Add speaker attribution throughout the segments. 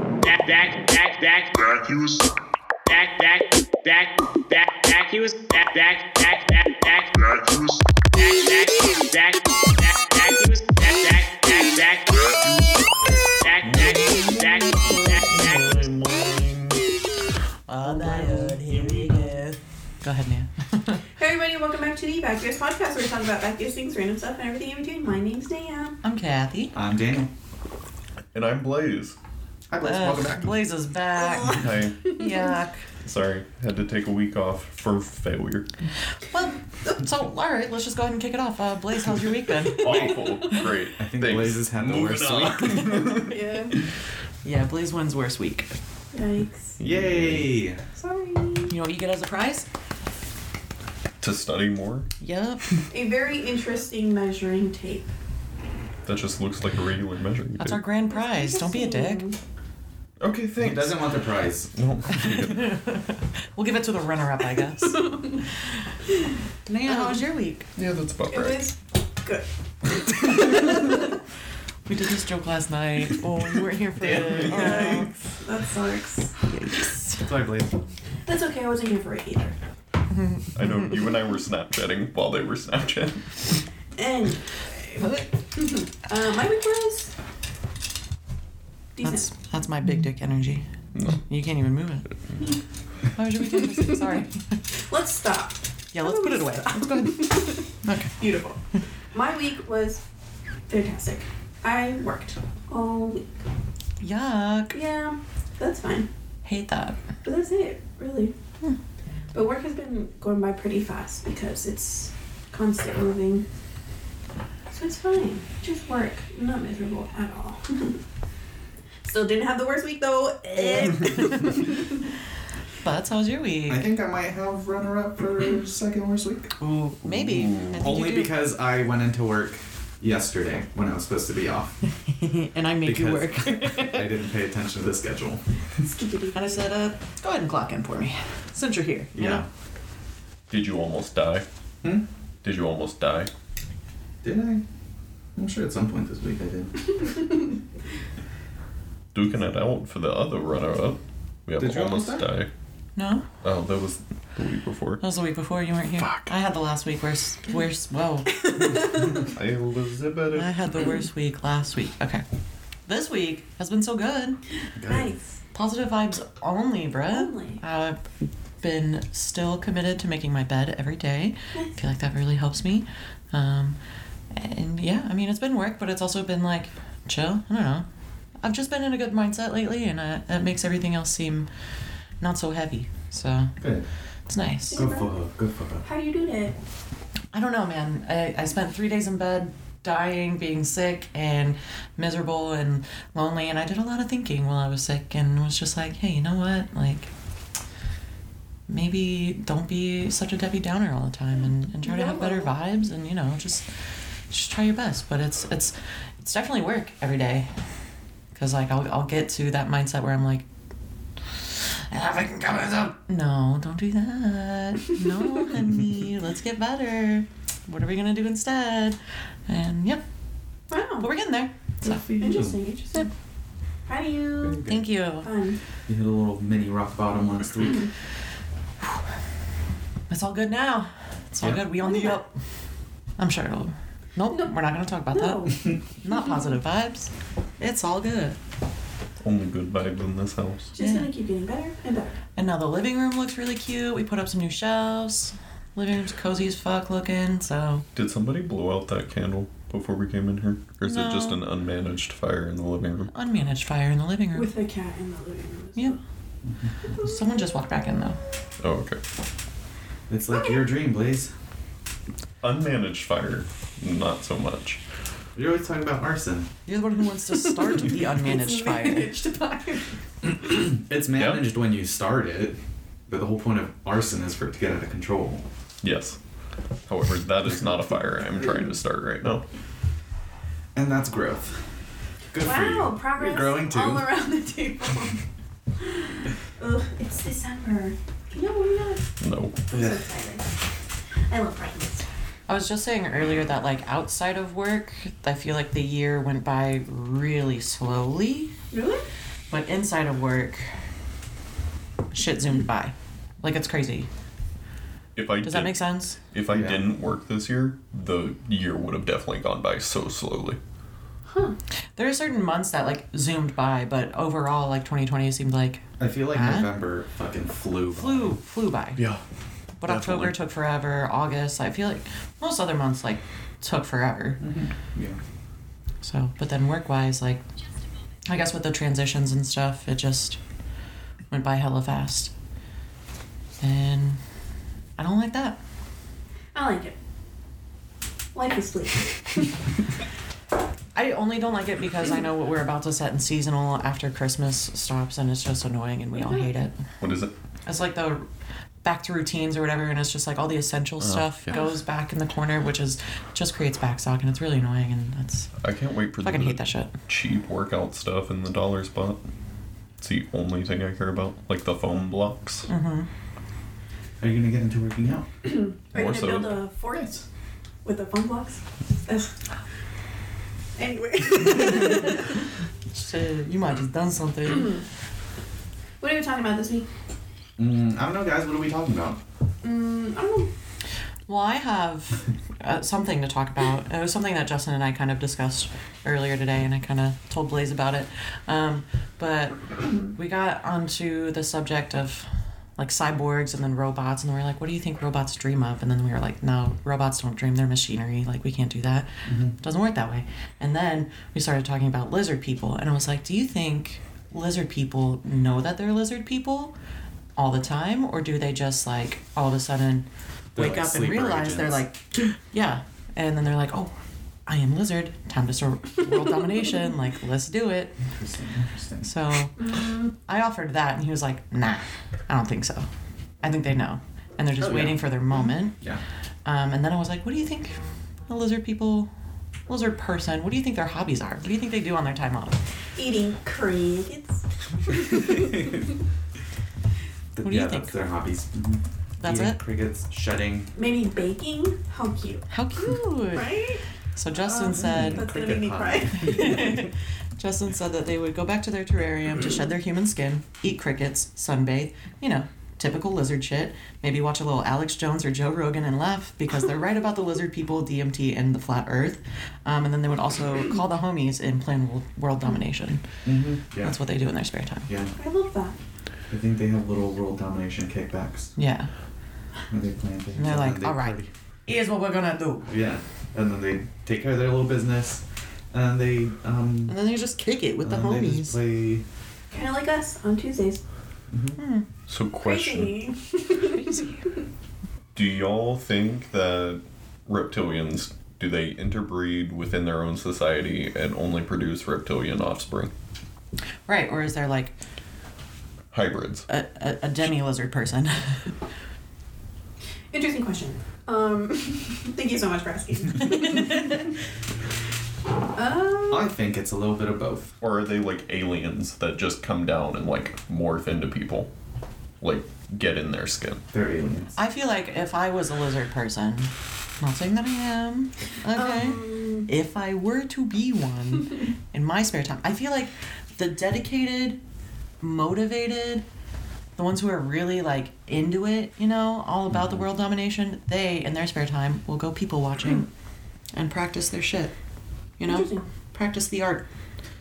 Speaker 1: back, back, back,
Speaker 2: vacuous,
Speaker 1: back, back, back, back, back. He was back, back, back, back, back,
Speaker 2: vacuous,
Speaker 1: back, back, back, back, back. He was back, back, back, back,
Speaker 2: vacuous,
Speaker 1: back, back, back, back, back. He was
Speaker 3: All night, here we go. Go ahead, Nia.
Speaker 4: Hey everybody, welcome back to the Back Years Podcast where we talk about back years things, random stuff, and everything in between. My name's Naya.
Speaker 3: I'm Kathy.
Speaker 5: I'm Daniel.
Speaker 6: And I'm Blaze.
Speaker 5: Hi, Blaze. Welcome back.
Speaker 3: Blaze is back.
Speaker 6: Hi.
Speaker 3: Yuck.
Speaker 6: Sorry, had to take a week off for failure.
Speaker 3: Well, so all right, let's just go ahead and kick it off. Uh, Blaze, how's your week been?
Speaker 6: Awful. Great.
Speaker 5: I think
Speaker 6: Thanks.
Speaker 5: Blaze has had the
Speaker 6: Moving
Speaker 5: worst
Speaker 6: on.
Speaker 5: week.
Speaker 4: Yeah.
Speaker 3: yeah, Blaze wins worst week.
Speaker 4: Yikes.
Speaker 5: Yay!
Speaker 4: Sorry.
Speaker 3: You know what you get as a prize?
Speaker 6: To study more?
Speaker 3: Yup.
Speaker 4: A very interesting measuring tape.
Speaker 6: That just looks like a regular measuring
Speaker 3: That's
Speaker 6: tape.
Speaker 3: our grand prize. Don't be a dick.
Speaker 6: Okay,
Speaker 5: He
Speaker 6: thanks.
Speaker 5: doesn't want the prize.
Speaker 6: No.
Speaker 3: we'll give it to the runner-up, I guess. Um, Naya, how was your week?
Speaker 6: yeah, that's about
Speaker 4: It
Speaker 6: right.
Speaker 4: was good.
Speaker 3: We did this joke last night. Oh, you weren't here for it. Oh.
Speaker 4: Um, That sucks.
Speaker 3: Yikes.
Speaker 5: Sorry, Blaze.
Speaker 4: That's okay, I wasn't here for it either.
Speaker 6: I know you and I were Snapchatting while they were Snapchatting.
Speaker 4: Anyway. uh, my week was decent.
Speaker 3: That's that's my big dick energy.
Speaker 6: No.
Speaker 3: You can't even move it. How was your weekend? Kristen? Sorry.
Speaker 4: Let's stop.
Speaker 3: Yeah, let's put it away. Let's go ahead. Okay.
Speaker 4: Beautiful. my week was fantastic. I worked all week.
Speaker 3: Yuck.
Speaker 4: Yeah, that's fine.
Speaker 3: Hate that.
Speaker 4: But that's it, really.
Speaker 3: Hmm.
Speaker 4: But work has been going by pretty fast because it's constant moving. So it's fine. Just work. I'm not miserable at all. Still didn't have the worst week though. Eh.
Speaker 3: Butts, how was your week?
Speaker 5: I think I might have runner up for second worst week.
Speaker 3: Ooh, maybe. I think
Speaker 5: Only
Speaker 3: you do.
Speaker 5: because I went into work yesterday when I was supposed to be off.
Speaker 3: and I make you work.
Speaker 5: because- I didn't pay attention to the schedule.
Speaker 4: Skibbity.
Speaker 3: And I said, uh, go ahead and clock in for me. Since you're here. you
Speaker 5: Yeah.
Speaker 6: Did you almost die?
Speaker 5: Hmm?
Speaker 6: Did you almost die?
Speaker 5: Did I? I'm sure at some point this week I did.
Speaker 6: Duking it out for the other runner up. We have
Speaker 5: Did you
Speaker 6: almost,
Speaker 5: almost die?
Speaker 6: die.
Speaker 3: know? No?
Speaker 6: Oh, that was the week before.
Speaker 3: That was the week before you weren't here.
Speaker 6: Fuck.
Speaker 3: I had the last week worst. Worst. Whoa.
Speaker 6: Elizabeth.
Speaker 3: I had the worst week last week. Okay. This week has been so good.
Speaker 4: Nice.
Speaker 3: Positive vibes only, bruh.
Speaker 4: Only.
Speaker 3: I've been still committed to making my bed every day. I feel like that really helps me. Um, and yeah, I mean, it's been work, but it's also been like chill. I don't know. I've just been in a good mindset lately, and uh, it makes everything else seem not so heavy. So
Speaker 5: Good.
Speaker 3: it's nice.
Speaker 5: Good for her. Good for her.
Speaker 4: How do you do that?
Speaker 3: I don't know, man. I, I spent three days in bed, dying, being sick, and miserable and lonely. And I did a lot of thinking while I was sick and was just like, hey, you know what? Like, maybe don't be such a Debbie Downer all the time and, and try to have better vibes and, you know, just just try your best. But it's it's it's definitely work every day. Cause like I'll I'll get to that mindset where I'm like, everything comes up. No, don't do that. No, honey, let's get better. What are we gonna do instead? And yep, but
Speaker 4: Wow.
Speaker 3: we're getting there. So
Speaker 4: Interesting, interesting. How do you
Speaker 3: thank you.
Speaker 4: fun?
Speaker 5: You hit a little mini rock bottom last week.
Speaker 3: It's all good now. It's all
Speaker 5: Yeah.
Speaker 3: good. We only
Speaker 4: Yeah.
Speaker 3: up. I'm sure it'll. Nope,
Speaker 4: No.
Speaker 3: we're not gonna talk about
Speaker 4: No.
Speaker 3: that. Not positive vibes. It's all good.
Speaker 6: Only good vibes in this house.
Speaker 4: Just
Speaker 3: Yeah.
Speaker 4: gonna keep getting better and better.
Speaker 3: And now the living room looks really cute. We put up some new shelves. Living room's cozy as fuck looking. So
Speaker 6: Did somebody blow out that candle before we came in here? Or is it just
Speaker 3: No.
Speaker 6: an unmanaged fire in the living room?
Speaker 3: unmanaged fire in the living room.
Speaker 4: With the cat in the living room. as
Speaker 3: Yep.
Speaker 4: well.
Speaker 3: Someone just walked back in though.
Speaker 6: Oh, okay.
Speaker 5: It's like your dream, Blaze.
Speaker 6: Unmanaged fire, not so much.
Speaker 5: You're always talking about arson.
Speaker 3: You're the one who wants to start the unmanaged fire.
Speaker 4: Managed by-
Speaker 5: It's managed when you start it, but the whole point of arson is for it to get out of control.
Speaker 6: Yes. However, that is not a fire I'm trying to start right now.
Speaker 5: And that's growth. Good for you.
Speaker 4: Wow, progress
Speaker 5: You're growing too.
Speaker 4: all around the table. Ugh, it's December. No, we're not.
Speaker 6: No.
Speaker 4: I'm so
Speaker 5: Yeah.
Speaker 4: excited. I love Fridays.
Speaker 3: I was just saying earlier that like outside of work, I feel like the year went by really slowly.
Speaker 4: Really?
Speaker 3: But inside of work, shit zoomed by. Like it's crazy.
Speaker 6: If I
Speaker 3: Does
Speaker 6: did,
Speaker 3: that make sense?
Speaker 6: If I
Speaker 5: Yeah.
Speaker 6: didn't work this year, the year would have definitely gone by so slowly.
Speaker 4: Huh.
Speaker 3: There are certain months that like zoomed by, but overall, like 2020 seemed like
Speaker 5: I feel like
Speaker 3: Huh?
Speaker 5: November fucking flew. by.
Speaker 3: flew flew by.
Speaker 6: Yeah.
Speaker 3: But October
Speaker 6: definitely.
Speaker 3: took forever. August, I feel like most other months like took forever.
Speaker 5: Yeah.
Speaker 3: So, but then work wise, like, I guess with the transitions and stuff, it just went by hella fast. And I don't like that.
Speaker 4: I like it. Life is fleeting.
Speaker 3: I only don't like it because I know what we're about to set in seasonal after Christmas stops and it's just annoying and we all hate it.
Speaker 6: What is it?
Speaker 3: It's like the back to routines or whatever and it's just like all the essential stuff
Speaker 6: yeah.
Speaker 3: goes back in the corner which is just creates backstock and it's really annoying and that's
Speaker 6: I can't wait for
Speaker 3: fucking
Speaker 6: the
Speaker 3: hate that shit.
Speaker 6: cheap workout stuff in the dollar spot. It's the only thing I care about, like the foam blocks.
Speaker 3: Mm-hmm.
Speaker 5: Are you gonna get into working out?
Speaker 4: Are you
Speaker 6: More
Speaker 4: gonna
Speaker 6: so-
Speaker 4: build a fort with the phone blocks? That's- anyway,
Speaker 3: Shit, you might have just done something.
Speaker 4: what are we talking about this week?
Speaker 5: Mm, I don't know, guys. What are we talking about?
Speaker 4: Mm, I don't know.
Speaker 3: Well, I have uh, something to talk about. It was something that Justin and I kind of discussed earlier today, and I kind of told Blaze about it. Um, but we got onto the subject of like cyborgs and then robots, and we were like, "What do you think robots dream of?" And then we were like, "No, robots don't dream. They're machinery. Like we can't do that.
Speaker 5: Mm-hmm.
Speaker 3: It doesn't work that way." And then we started talking about lizard people, and I was like, "Do you think lizard people know that they're lizard people?" all the time or do they just like all of a sudden
Speaker 5: They're
Speaker 3: wake
Speaker 5: like
Speaker 3: up and
Speaker 5: sleeper
Speaker 3: realize they're like yeah and then they're like oh i am lizard time to start world domination like let's do it
Speaker 5: Interesting. Interesting.
Speaker 3: so i offered that and he was like nah i don't think so i think they know and they're just
Speaker 5: Oh, yeah.
Speaker 3: waiting for their moment
Speaker 5: Yeah.
Speaker 3: um, and then i was like what do you think the lizard people lizard person what do you think their hobbies are what do you think they do on their time off
Speaker 4: Eating crickets.
Speaker 5: Th-
Speaker 3: What do you
Speaker 5: yeah,
Speaker 3: think?
Speaker 5: that's their hobbies. Mm-hmm.
Speaker 3: That's
Speaker 5: Eating
Speaker 3: it?
Speaker 5: Crickets, shedding.
Speaker 4: Maybe baking. How cute,
Speaker 3: how cute
Speaker 4: right?
Speaker 3: so justin
Speaker 4: Um,
Speaker 3: said
Speaker 4: That's gonna make me cry.
Speaker 3: Justin said that they would go back to their terrarium to shed their human skin, eat crickets, sunbathe, you know, typical lizard shit, maybe watch a little Alex Jones or Joe Rogan and laugh because they're right about the lizard people, DMT, and the flat earth. Um, and then they would also call the homies and plan wo- world domination.
Speaker 5: Mm-hmm. Yeah.
Speaker 3: That's what they do in their spare time.
Speaker 5: yeah.
Speaker 4: I love that.
Speaker 5: I think they have little world domination kickbacks
Speaker 3: Yeah.
Speaker 5: where they plan things.
Speaker 3: And they're
Speaker 5: then
Speaker 3: like,
Speaker 5: they
Speaker 3: all right,
Speaker 5: party."
Speaker 3: here's what we're gonna do.
Speaker 5: Yeah. And then they take care of their little business, and they um.
Speaker 3: And then they just kick it with the
Speaker 5: and They just
Speaker 3: homies.
Speaker 5: play.
Speaker 4: Kind of like us on Tuesdays.
Speaker 6: So question.
Speaker 4: Crazy.
Speaker 6: Do y'all think that reptilians do they interbreed within their own society and only produce reptilian offspring?
Speaker 3: Right, or is there like
Speaker 6: Hybrids.
Speaker 3: a, a, a demi lizard person?
Speaker 4: Interesting question. Um, thank you so much for asking. um,
Speaker 5: I think it's a little bit of both.
Speaker 6: Or are they like aliens that just come down and like morph into people? Like get in their skin.
Speaker 5: They're aliens.
Speaker 3: I feel like if I was a lizard person, not saying that I am, okay.
Speaker 4: um,
Speaker 3: if I were to be one in my spare time, I feel like the dedicated, motivated, the ones who are really like into it, you know, all about
Speaker 5: Mm-hmm.
Speaker 3: the world domination, they in their spare time will go people watching and practice their shit. You know?
Speaker 4: Hmm. Interesting.
Speaker 3: Practice the art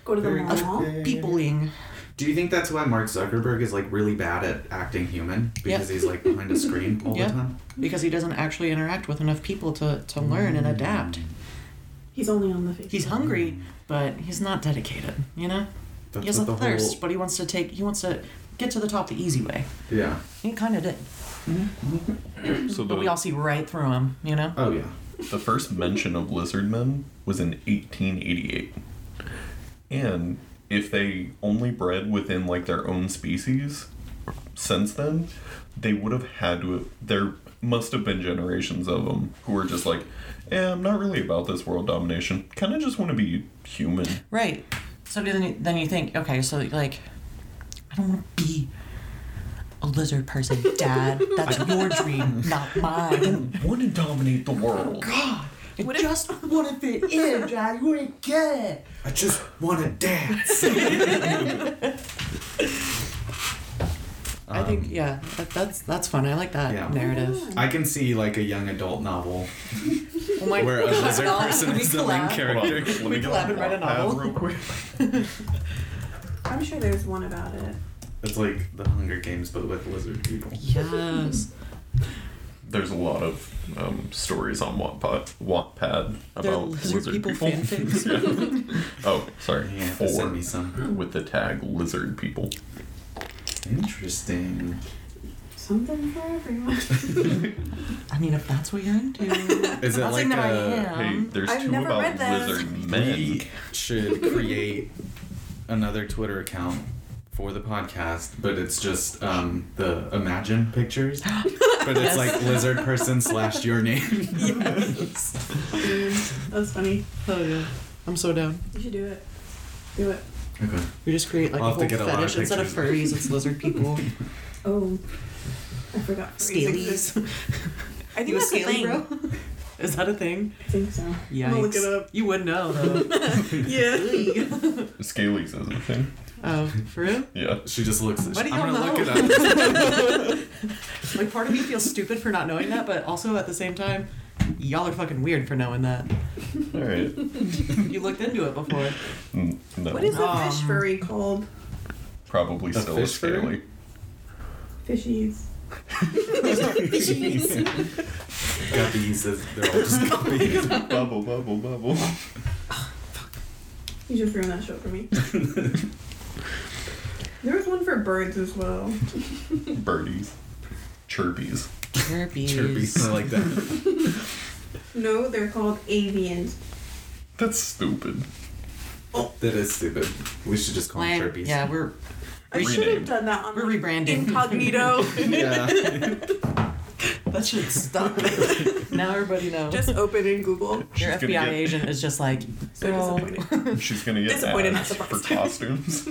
Speaker 4: go to the
Speaker 5: Very
Speaker 3: of
Speaker 4: mall.
Speaker 5: yeah, yeah.
Speaker 3: peopling.
Speaker 5: Do you think that's why Mark Zuckerberg is like really bad at acting human because
Speaker 3: Yeah.
Speaker 5: he's like behind a screen all
Speaker 3: Yeah.
Speaker 5: the time? Mm.
Speaker 3: Because he doesn't actually interact with enough people to, to learn and adapt.
Speaker 4: He's only on the face.
Speaker 3: He's hungry, but he's not dedicated, you know?
Speaker 5: That's
Speaker 3: He has a
Speaker 5: what the
Speaker 3: thirst,
Speaker 5: whole
Speaker 3: but he wants to take he wants to get to the top the easy way.
Speaker 5: yeah.
Speaker 3: He kinda did.
Speaker 6: So
Speaker 3: But we all
Speaker 6: the,
Speaker 3: see right through him, you know?
Speaker 5: Oh yeah.
Speaker 6: the first mention of lizard men was in 1888. And if they only bred within like their own species since then, they would have had to there must have been generations of them who were just like, eh, I'm not really about this world domination. Kind of just want to be human.
Speaker 3: Right. So then you, then you think, okay, so like, I don't want to be a lizard person, Dad. That's your dream, not mine.
Speaker 6: Want to dominate the world.
Speaker 3: Oh, God, I just want to fit in, John. You ain't get it.
Speaker 5: I just want to dance.
Speaker 3: I think yeah, that, that's that's fun. I like that
Speaker 5: Um, Yeah.
Speaker 3: narrative.
Speaker 5: Um, I can see like a young adult novel
Speaker 3: Oh my
Speaker 5: where a lizard person
Speaker 3: we
Speaker 5: is the main
Speaker 3: collab.
Speaker 5: character.
Speaker 6: Let me get
Speaker 3: collab and write a
Speaker 6: my iPad
Speaker 3: novel.
Speaker 6: real quick.
Speaker 4: I'm sure there's one about it.
Speaker 5: It's like the Hunger Games, but with lizard people.
Speaker 3: Yes,
Speaker 6: There's a lot of um, stories on Wattpad, Wattpad
Speaker 3: They're
Speaker 6: about
Speaker 3: lizard
Speaker 6: lizard,
Speaker 3: people
Speaker 6: people.
Speaker 3: fanfics.
Speaker 6: Yeah. oh, sorry.
Speaker 5: Yeah, have to send
Speaker 6: Four
Speaker 5: me some.
Speaker 6: with the tag lizard people.
Speaker 5: Interesting.
Speaker 4: Something for everyone.
Speaker 3: I mean if that's what you're into.
Speaker 5: Is it
Speaker 3: Not
Speaker 5: like
Speaker 3: saying that I
Speaker 5: a
Speaker 6: Hey,
Speaker 3: am.
Speaker 6: there's
Speaker 4: Um, I've
Speaker 6: two
Speaker 4: never
Speaker 6: about
Speaker 4: read those.
Speaker 6: lizard men.
Speaker 5: we should create another Twitter account for the podcast, but it's just um, the imagine pictures, but it's like lizard person slash your name.
Speaker 4: that was funny.
Speaker 3: Oh yeah, I'm so down.
Speaker 4: You should do it. Do it.
Speaker 5: Okay.
Speaker 3: We just create like
Speaker 5: I'll
Speaker 3: a
Speaker 5: have to
Speaker 3: whole
Speaker 5: get a lot of
Speaker 3: fetish instead of
Speaker 5: pictures.
Speaker 3: furries. It's lizard people,
Speaker 4: Oh, I forgot. furries
Speaker 3: scalies.
Speaker 4: exist. I think that's a thing.
Speaker 3: Is that a thing?
Speaker 4: I think so.
Speaker 3: Yikes.
Speaker 4: I'm gonna look it up.
Speaker 3: You would know though.
Speaker 4: Yeah.
Speaker 6: Scalies is a thing.
Speaker 3: Oh, for real?
Speaker 6: Yeah.
Speaker 5: She just looks at
Speaker 3: Why do
Speaker 5: I'm
Speaker 3: y'all
Speaker 5: gonna look
Speaker 3: know?
Speaker 5: it up.
Speaker 3: Like part of me feels stupid for not knowing that, but also at the same time, y'all are fucking weird for knowing that.
Speaker 6: All right.
Speaker 3: You looked into it before.
Speaker 6: Mm, No.
Speaker 4: what is the fish
Speaker 3: Um,
Speaker 4: furry called?
Speaker 6: Probably
Speaker 5: A
Speaker 6: still a
Speaker 5: fish fairy?
Speaker 6: scaly.
Speaker 4: Fishies.
Speaker 5: Guppies, says they're all just guppies.
Speaker 6: bubble, bubble, bubble.
Speaker 4: You just ruined that show for me. there was one for birds as well.
Speaker 6: Birdies. Chirpies.
Speaker 3: Chirpies.
Speaker 5: Chirpies. I like that.
Speaker 4: No, they're called avians.
Speaker 6: That's stupid.
Speaker 5: That is stupid. We should just call them
Speaker 3: Like,
Speaker 5: chirpies.
Speaker 3: yeah, we're
Speaker 4: I should have
Speaker 6: Renamed.
Speaker 4: done that on
Speaker 3: we're
Speaker 4: like,
Speaker 3: rebranding.
Speaker 4: incognito.
Speaker 5: Yeah.
Speaker 3: That should stop. now everybody knows.
Speaker 4: just open in Google.
Speaker 3: Your
Speaker 6: She's
Speaker 3: FBI
Speaker 6: gonna get-
Speaker 3: agent is just like,
Speaker 4: So disappointed.
Speaker 6: She's gonna get
Speaker 4: Disappointed, not
Speaker 6: ads for
Speaker 4: surprised.
Speaker 6: costumes.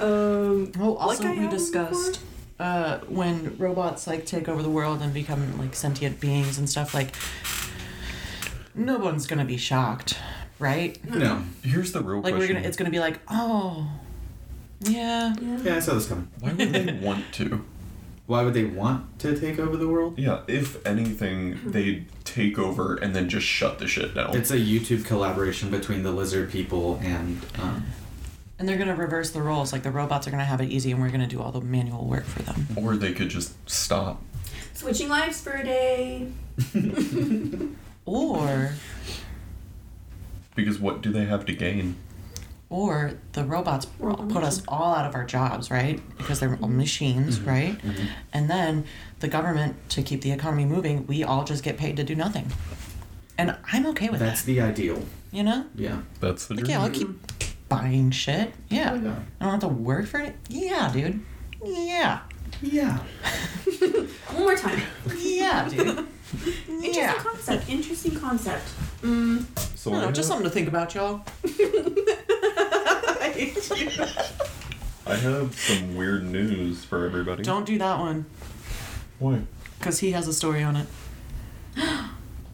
Speaker 4: Um,
Speaker 3: Oh,
Speaker 4: Like
Speaker 3: also
Speaker 4: I
Speaker 3: we
Speaker 4: am
Speaker 3: discussed uh, when robots like take over the world and become like sentient beings and stuff. Like, no one's gonna be shocked, right?
Speaker 5: No.
Speaker 6: Here's the real
Speaker 3: Like we're
Speaker 6: question.
Speaker 3: gonna, it's gonna be like, oh, yeah,
Speaker 5: Yeah, I saw this coming.
Speaker 6: Why would they want to?
Speaker 5: Why would they want to take over the world?
Speaker 6: Yeah, if anything, they'd take over and then just shut the shit down.
Speaker 5: It's a YouTube collaboration between the lizard people and um,
Speaker 3: and they're gonna reverse the roles. Like the robots are gonna have it easy, and we're gonna do all the manual work for them.
Speaker 6: or they could just stop.
Speaker 4: switching lives for a day.
Speaker 3: Or,
Speaker 6: Because what do they have to gain?
Speaker 3: or the robots
Speaker 4: Well,
Speaker 3: put us all out of our jobs, right? Because they're all machines, right? And then the government to keep the economy moving, we all just get paid to do nothing. And I'm okay with
Speaker 5: that's
Speaker 3: that.
Speaker 5: the ideal.
Speaker 3: You know?
Speaker 5: Yeah.
Speaker 6: That's the
Speaker 3: Like
Speaker 6: dream.
Speaker 3: yeah, I'll keep buying shit. Yeah. I
Speaker 5: Yeah.
Speaker 3: don't have to work for it. Yeah, dude. Yeah.
Speaker 5: Yeah.
Speaker 4: One more time.
Speaker 3: Yeah, dude.
Speaker 4: Interesting
Speaker 3: yeah.
Speaker 4: concept. Interesting concept. Mm.
Speaker 6: so
Speaker 3: I don't
Speaker 6: I,
Speaker 3: know, just
Speaker 6: have,
Speaker 3: something to think about, y'all. I hate you.
Speaker 6: I have some weird news for everybody.
Speaker 3: Don't do that one.
Speaker 6: Why?
Speaker 3: Because he has a story on it.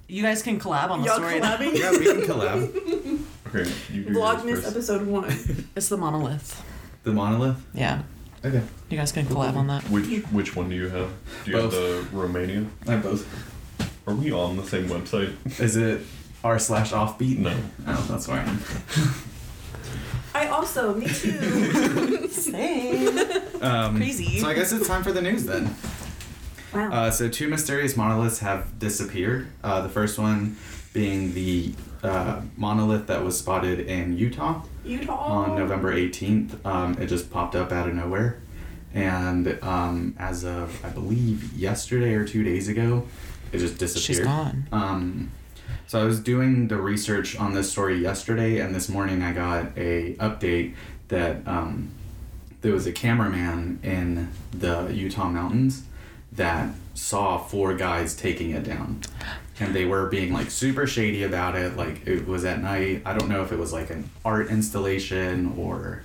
Speaker 3: You guys can collab on the
Speaker 4: Y'all
Speaker 3: story.
Speaker 4: collabing?
Speaker 5: Yeah, we can collab.
Speaker 6: Okay, you do yours
Speaker 4: Vlogmas
Speaker 6: first.
Speaker 4: episode one.
Speaker 3: It's the monolith.
Speaker 5: The monolith.
Speaker 3: Yeah.
Speaker 5: Okay.
Speaker 3: You guys can collab on that.
Speaker 6: Which which one do you have? Do you have
Speaker 5: Both.
Speaker 6: the Romania?
Speaker 5: I have both.
Speaker 6: Are we on the same website?
Speaker 5: Is it r slash offbeat?
Speaker 6: No.
Speaker 5: Oh, that's where I am.
Speaker 4: I also, me too.
Speaker 3: Same.
Speaker 5: Um,
Speaker 3: Crazy.
Speaker 5: So I guess it's time for the news then.
Speaker 4: wow.
Speaker 5: Uh, so two mysterious monoliths have disappeared. Uh, the first one being the uh, monolith that was spotted in Utah.
Speaker 4: Utah.
Speaker 5: on November 18th. Um, it just popped up out of nowhere. And um, as of, I believe, yesterday or two days ago, it just disappeared.
Speaker 3: gone.
Speaker 5: Um, so I was doing the research on this story yesterday, and this morning I got a update that um, there was a cameraman in the Utah mountains that saw four guys taking it down. And they were being like super shady about it. Like it was at night. I don't know if it was like an art installation or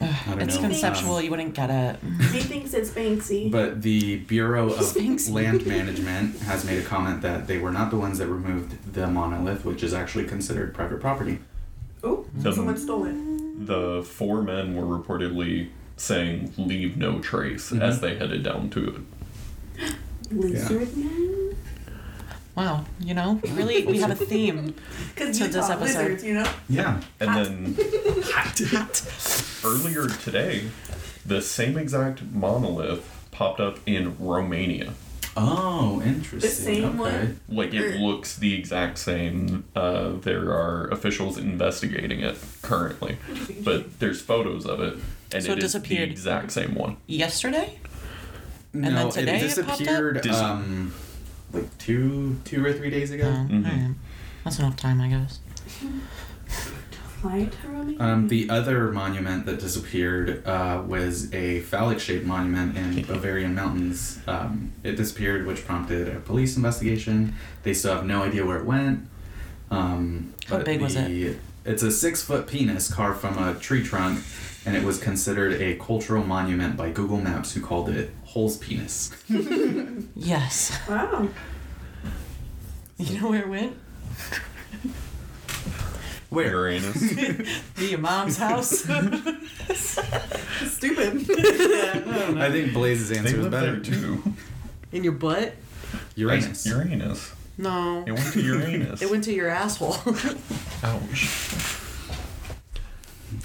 Speaker 5: I don't
Speaker 3: It's
Speaker 5: know.
Speaker 3: conceptual.
Speaker 5: Um,
Speaker 3: you wouldn't get it.
Speaker 4: He thinks it's Banksy.
Speaker 5: But the Bureau of
Speaker 3: Thanks.
Speaker 5: Land Management has made a comment that they were not the ones that removed the monolith, which is actually considered private property.
Speaker 4: oh, so
Speaker 6: The-
Speaker 4: someone stole it.
Speaker 6: The four men were reportedly saying, leave no trace, as they headed down to it.
Speaker 4: Lizard man?
Speaker 3: Wow. You know, really, we have a theme.
Speaker 4: Because
Speaker 3: So
Speaker 4: you
Speaker 3: this
Speaker 4: talk
Speaker 3: episode-
Speaker 4: lizards, you know?
Speaker 5: Yeah.
Speaker 6: And then earlier today, the same exact monolith popped up in Romania.
Speaker 5: Oh, interesting.
Speaker 4: same
Speaker 5: okay.
Speaker 4: one?
Speaker 6: Like
Speaker 3: Mm.
Speaker 6: it looks the exact same. Uh, there are officials investigating it currently, but there's photos of it, and
Speaker 3: So
Speaker 6: it
Speaker 3: it
Speaker 6: is
Speaker 3: disappeared.
Speaker 6: the exact same one.
Speaker 3: Yesterday? then
Speaker 5: No,
Speaker 3: today
Speaker 5: it
Speaker 3: it popped up?
Speaker 5: disappeared
Speaker 6: Dis-
Speaker 5: um, like two, two or three days ago.
Speaker 3: No. Oh, All right. That's enough time, I guess.
Speaker 4: Fly to Romania.
Speaker 5: Um, the other monument that disappeared uh, was a phallic shaped monument in Bavarian mountains. Um, it disappeared, which prompted a police investigation. They still have no idea where it went. Um,
Speaker 3: How
Speaker 5: but
Speaker 3: big was
Speaker 5: the- It's a six foot penis carved from a tree trunk, and it was considered a cultural monument by Google Maps, who called it Hole's Penis.
Speaker 3: Yes.
Speaker 4: wow.
Speaker 3: You know where it went?
Speaker 5: Where?
Speaker 6: Uranus.
Speaker 3: To your mom's house.
Speaker 4: Stupid.
Speaker 5: I think Blaze's
Speaker 6: Oh, they
Speaker 5: answer was
Speaker 6: live
Speaker 5: better.
Speaker 6: there too.
Speaker 3: In your butt?
Speaker 5: Uranus.
Speaker 6: Uranus.
Speaker 3: No.
Speaker 6: It went to Uranus.
Speaker 3: It went to your asshole.
Speaker 6: Ouch.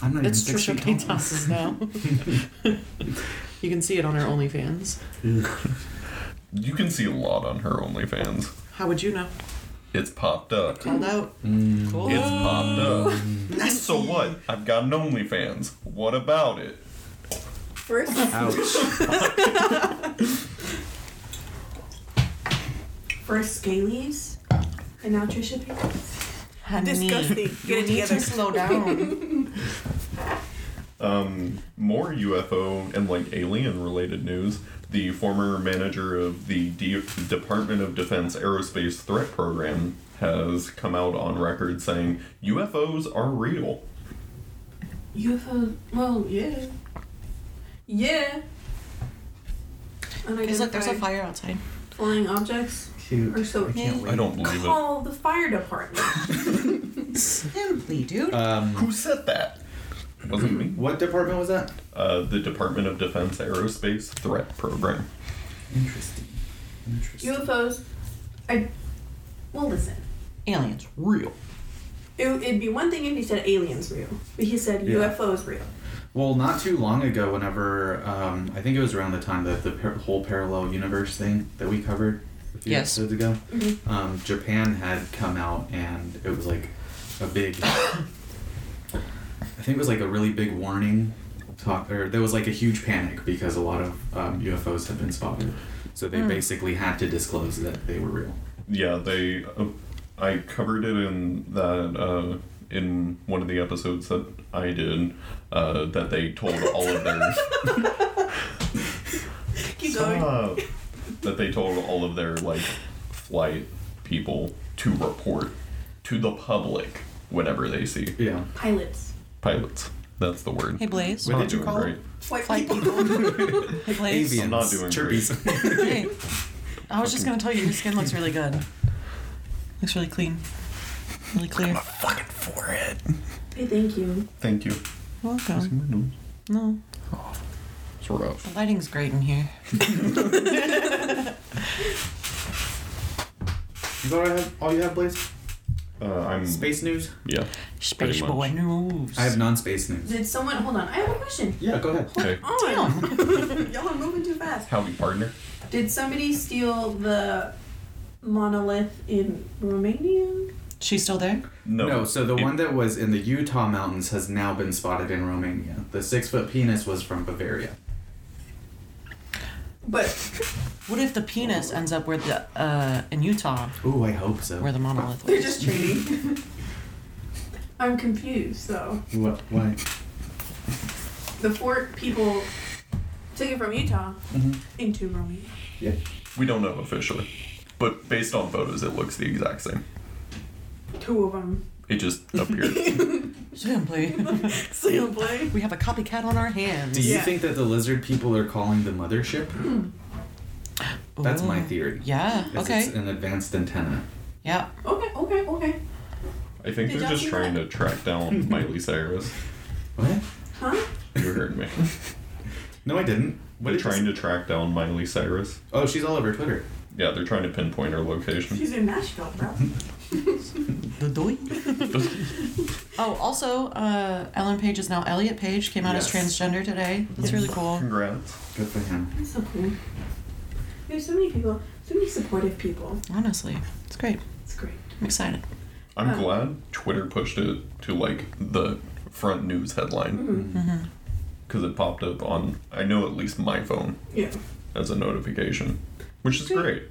Speaker 5: I'm not
Speaker 3: it's
Speaker 5: even six
Speaker 3: Trisha
Speaker 5: feet tall.
Speaker 3: Paytas's now. you can see it on her OnlyFans.
Speaker 6: You can see a lot on her OnlyFans.
Speaker 3: How would you know?
Speaker 6: It's popped up.
Speaker 3: Called out. Cool.
Speaker 6: It's popped up. So what? I've got an OnlyFans. What about it?
Speaker 4: First,
Speaker 5: Ouch.
Speaker 4: first Scalies, and now Trisha Paytas.
Speaker 3: Honey,
Speaker 4: Disgusting. Get it
Speaker 3: you need
Speaker 4: together.
Speaker 3: to slow down.
Speaker 6: Um, more UFO and like alien related news. The former manager of the D- Department of Defense Aerospace Threat Program has come out on record saying UFOs are real.
Speaker 4: UFO. Well, yeah. Yeah.
Speaker 3: Because look,
Speaker 4: Unidentified
Speaker 3: there's a fire outside.
Speaker 4: flying objects.
Speaker 5: Cute.
Speaker 4: Or so.
Speaker 5: I can't wait.
Speaker 6: I don't believe it.
Speaker 4: Call the fire department.
Speaker 3: Simply, dude.
Speaker 5: Um,
Speaker 6: Who said that? Wasn't me.
Speaker 5: What department was that?
Speaker 6: Uh, the Department of Defense Aerospace Threat Program.
Speaker 5: Interesting. Interesting.
Speaker 4: UFOs. I. Well, listen.
Speaker 3: Aliens, real.
Speaker 4: It, it'd be one thing if he said aliens real, but he said
Speaker 5: Yeah.
Speaker 4: UFOs real.
Speaker 5: Well, not too long ago, whenever um, I think it was around the time that the par- whole parallel universe thing that we covered a few
Speaker 3: Yes.
Speaker 5: episodes ago, um, Japan had come out and it was like a big. I think it was like a really big warning. Talk or there was like a huge panic because a lot of um, UFOs had been spotted, so they basically had to disclose that they were real.
Speaker 6: Yeah, they. Uh, I covered it in that uh, in one of the episodes that I did. Uh, that they told all of their
Speaker 4: Keep going.
Speaker 6: Stop. that they told all of their like flight people to report to the public whenever they see
Speaker 5: Yeah.
Speaker 4: Pilots.
Speaker 6: pilots. That's the word.
Speaker 3: Hey, Blaze.
Speaker 5: What
Speaker 6: I'm
Speaker 5: did you
Speaker 6: doing
Speaker 5: call
Speaker 6: great.
Speaker 5: it?
Speaker 4: White
Speaker 3: Flight
Speaker 4: people.
Speaker 3: people. hey, Blaze.
Speaker 5: Avians.
Speaker 6: I'm not doing great.
Speaker 5: chirpies.
Speaker 3: Hey. I was just gonna tell you, your skin looks really good. Looks really clean. Really clear.
Speaker 6: Fucking forehead.
Speaker 4: Hey, thank you.
Speaker 6: Thank you.
Speaker 3: Welcome.
Speaker 6: Mm-hmm.
Speaker 3: No.
Speaker 6: It's rough.
Speaker 3: Lighting's great in here.
Speaker 5: you thought I had all you have, Blaze?
Speaker 6: Uh, I'm
Speaker 5: Space news.
Speaker 6: Yeah.
Speaker 3: Space
Speaker 6: much.
Speaker 3: boy news.
Speaker 5: I have non-space news.
Speaker 4: Did someone hold on? I have a question.
Speaker 5: Yeah, go ahead.
Speaker 6: Okay.
Speaker 4: On. Y'all are moving too fast.
Speaker 6: Howdy, partner.
Speaker 4: Did somebody steal the monolith in Romania?
Speaker 3: She's still there?
Speaker 6: No.
Speaker 5: No, so the
Speaker 6: it-
Speaker 5: one that was in the Utah mountains has now been spotted in Romania. The six foot penis was from Bavaria.
Speaker 4: But
Speaker 3: What if the penis ends up where the uh in Utah
Speaker 5: Ooh, I hope so.
Speaker 3: where the monolith
Speaker 4: they're
Speaker 3: was?
Speaker 4: just trading. I'm confused. So
Speaker 5: What? Why?
Speaker 4: the four people took it from Utah into Romania.
Speaker 5: Yeah.
Speaker 6: we don't know officially, but based on photos, it looks the exact same.
Speaker 4: Two of them.
Speaker 6: It just appeared.
Speaker 3: Simply,
Speaker 4: So you'll play?
Speaker 3: we have a copycat on our hands.
Speaker 5: Do you
Speaker 4: Yeah.
Speaker 5: think that the lizard people are calling the mothership? That's my
Speaker 3: Ooh.
Speaker 5: theory.
Speaker 3: Yeah.
Speaker 5: Is
Speaker 3: Okay.
Speaker 5: It's an advanced antenna.
Speaker 3: yeah.
Speaker 4: Okay, okay, okay.
Speaker 6: I think
Speaker 4: Did y'all
Speaker 6: they're just
Speaker 4: see
Speaker 6: trying
Speaker 4: that?
Speaker 6: to track down Miley Cyrus.
Speaker 5: What?
Speaker 4: Huh?
Speaker 6: You heard me.
Speaker 5: No, I didn't. What
Speaker 6: they're
Speaker 5: did you
Speaker 6: trying
Speaker 5: say?
Speaker 6: to track down Miley Cyrus.
Speaker 5: Oh, she's all over Twitter.
Speaker 6: Yeah, they're trying to pinpoint her location.
Speaker 4: She's in Nashville, bro.
Speaker 3: The doy. oh, also, uh, Ellen Page is now Elliot Page. Came out as
Speaker 5: Yes. Mm-hmm.
Speaker 3: transgender today. That's really cool.
Speaker 6: Congrats.
Speaker 5: Good for him.
Speaker 4: That's so cool. There's so many people, so many supportive people.
Speaker 5: Mm-hmm.
Speaker 3: Honestly, it's great.
Speaker 4: It's great.
Speaker 3: I'm excited.
Speaker 6: I'm
Speaker 4: Uh.
Speaker 6: glad Twitter pushed it to like the front news headline
Speaker 4: Mm-hmm.
Speaker 6: because it popped up on I know at least my phone
Speaker 4: Yeah.
Speaker 6: as a notification, which is
Speaker 4: Sweet.
Speaker 6: great.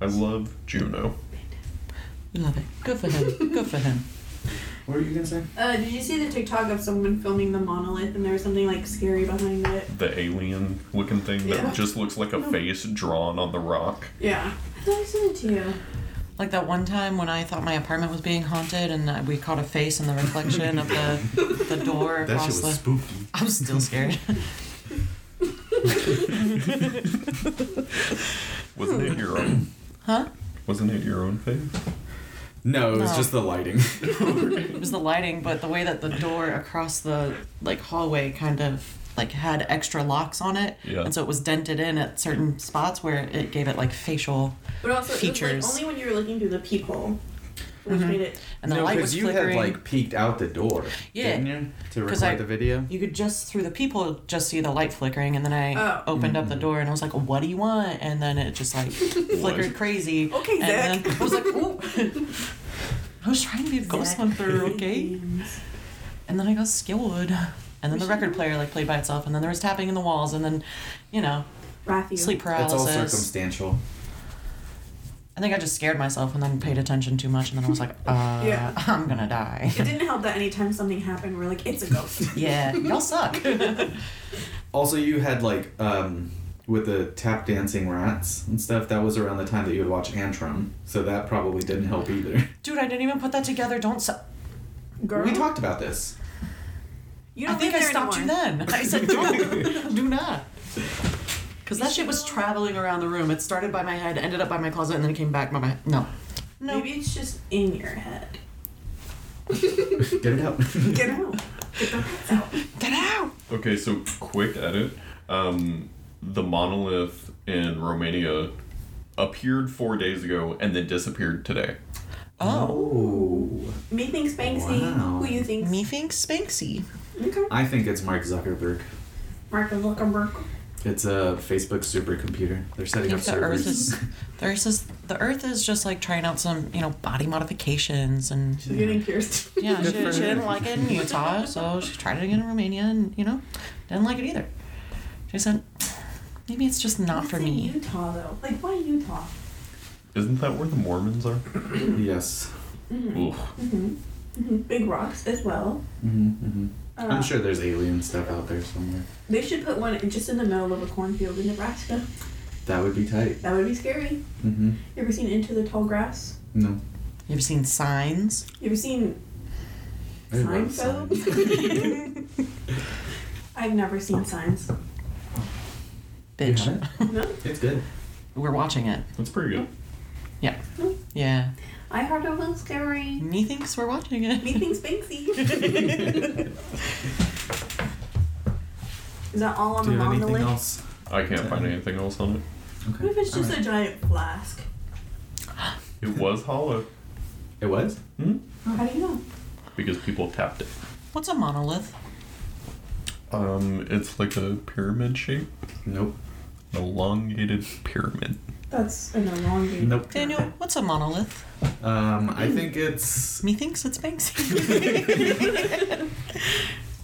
Speaker 6: I love Juno.
Speaker 3: We love it. Good for him. Good for him.
Speaker 5: What were you gonna say?
Speaker 4: Uh, did you see the TikTok of someone filming the monolith and there was something like scary behind it?
Speaker 6: The alien looking thing that
Speaker 4: Yeah.
Speaker 6: just looks like a face drawn on the rock.
Speaker 4: Yeah. I thought I sent it to you.
Speaker 3: Like that one time when I thought my apartment was being haunted and uh, we caught a face in the reflection of the, the door
Speaker 5: That shit
Speaker 3: across
Speaker 5: was
Speaker 3: the.
Speaker 5: spooky.
Speaker 3: I'm still scared.
Speaker 6: Wasn't it your own?
Speaker 3: Huh?
Speaker 6: Wasn't it your own face?
Speaker 5: No, it was
Speaker 3: No.
Speaker 5: just the lighting.
Speaker 3: It was the lighting, but the way that the door across the like hallway kind of like had extra locks on it,
Speaker 6: Yeah.
Speaker 3: and so it was dented in at certain spots where it gave it like facial,
Speaker 4: But also, it
Speaker 3: Features.
Speaker 4: was like only when you were looking through the peephole, which
Speaker 3: Mm-hmm.
Speaker 4: made it.
Speaker 3: and the
Speaker 5: no,
Speaker 3: light was
Speaker 5: you
Speaker 3: flickering.
Speaker 5: had like peeked out the door,
Speaker 3: Yeah.
Speaker 5: didn't you, to
Speaker 3: 'Cause
Speaker 5: record
Speaker 3: I-
Speaker 5: the video?
Speaker 3: you could just through the people just see the light flickering, and then I
Speaker 4: Oh.
Speaker 3: opened up the
Speaker 5: Mm-hmm.
Speaker 3: door and I was like, "What do you want?" And then it just like flickered crazy.
Speaker 4: Okay,
Speaker 3: and
Speaker 4: Zach.
Speaker 3: Then I was like, "Ooh." I was trying to be a ghost hunter, okay? And then I got Skillwood, and then the record player like played by itself, and then there was tapping in the walls, and then, you know,
Speaker 4: Rafi.
Speaker 3: sleep
Speaker 5: It's all
Speaker 3: paralysis.
Speaker 5: circumstantial.
Speaker 3: I think I just scared myself and then paid attention too much, and then I was like, uh,
Speaker 4: Yeah.
Speaker 3: I'm gonna die.
Speaker 4: It didn't help that anytime something happened, we're like, it's a ghost.
Speaker 3: yeah, y'all suck.
Speaker 5: Also, you had like um, with the tap dancing rats and stuff. That was around the time that you would watch Antrim, so that probably didn't help either.
Speaker 3: Dude, I didn't even put that together. Don't suck.
Speaker 4: Girl,
Speaker 5: We talked about this.
Speaker 4: you
Speaker 3: I
Speaker 4: don't
Speaker 3: think I
Speaker 4: live there
Speaker 3: stopped
Speaker 4: anymore.
Speaker 3: you then. I said, don't. do not. Because that shit was traveling around the room. It started by my head, ended up by my closet, and then came back by my. No. No.
Speaker 4: Maybe it's just in your head.
Speaker 5: Get it out.
Speaker 4: Get out. Get the rats out.
Speaker 3: Get out!
Speaker 6: Okay, so quick edit. Um, the monolith in Romania appeared four days ago and then disappeared today.
Speaker 3: Oh.
Speaker 5: oh,
Speaker 4: Me thinks Banksy.
Speaker 5: Wow.
Speaker 4: Who you think?
Speaker 3: Me thinks Spanksy.
Speaker 4: Okay.
Speaker 5: I think it's Mark Zuckerberg.
Speaker 4: Mark Zuckerberg.
Speaker 5: It's a Facebook supercomputer. They're setting
Speaker 3: I
Speaker 5: up
Speaker 3: think the
Speaker 5: servers.
Speaker 3: Earth is. The Earth is, the Earth is just like trying out some, you know, body modifications and
Speaker 4: She's getting pierced.
Speaker 3: Yeah, she,
Speaker 5: Good
Speaker 3: she
Speaker 5: for her.
Speaker 3: didn't like it in Utah, so she tried it again in Romania, and you know, didn't like it either. She said, "Maybe it's just not for
Speaker 4: It's in
Speaker 3: me."
Speaker 4: Utah though. Like why Utah?
Speaker 6: Isn't that where the Mormons are?
Speaker 5: yes.
Speaker 6: Oof.
Speaker 3: Mm-hmm.
Speaker 4: Big rocks as well.
Speaker 5: hmm hmm
Speaker 4: Uh,
Speaker 5: I'm sure there's alien stuff out there somewhere.
Speaker 4: They should put one in- just in the middle of a cornfield in Nebraska.
Speaker 5: That would be tight.
Speaker 4: That would be scary.
Speaker 5: Mm-hmm.
Speaker 4: You ever seen Into the Tall Grass?
Speaker 5: No.
Speaker 3: You've seen signs.
Speaker 4: You ever seen
Speaker 5: I love signs.
Speaker 4: Seinfeld? I've never seen Signs.
Speaker 3: Bitch,
Speaker 5: You
Speaker 4: No,
Speaker 5: It's good.
Speaker 3: we're watching it.
Speaker 6: That's pretty good.
Speaker 3: Yeah,
Speaker 4: I heard a little scary.
Speaker 3: me thinks we're watching it.
Speaker 4: Me thinks Banksy. Is that all on
Speaker 5: Do
Speaker 4: the
Speaker 5: you have anything
Speaker 4: monolith?
Speaker 5: else?
Speaker 6: I can't find anything else on it.
Speaker 5: Okay.
Speaker 4: What if it's just
Speaker 5: Alright.
Speaker 4: a giant flask?
Speaker 6: It was hollow Hmm?
Speaker 5: It was?
Speaker 4: How do you know?
Speaker 6: because people tapped it.
Speaker 3: What's a monolith?
Speaker 6: Um, it's like a pyramid shape,
Speaker 5: Nope.
Speaker 6: elongated pyramid.
Speaker 4: That's an elongated.
Speaker 5: Nope.
Speaker 3: Daniel, what's a monolith?
Speaker 5: Um, I think it's.
Speaker 3: Me thinks it's Banksy.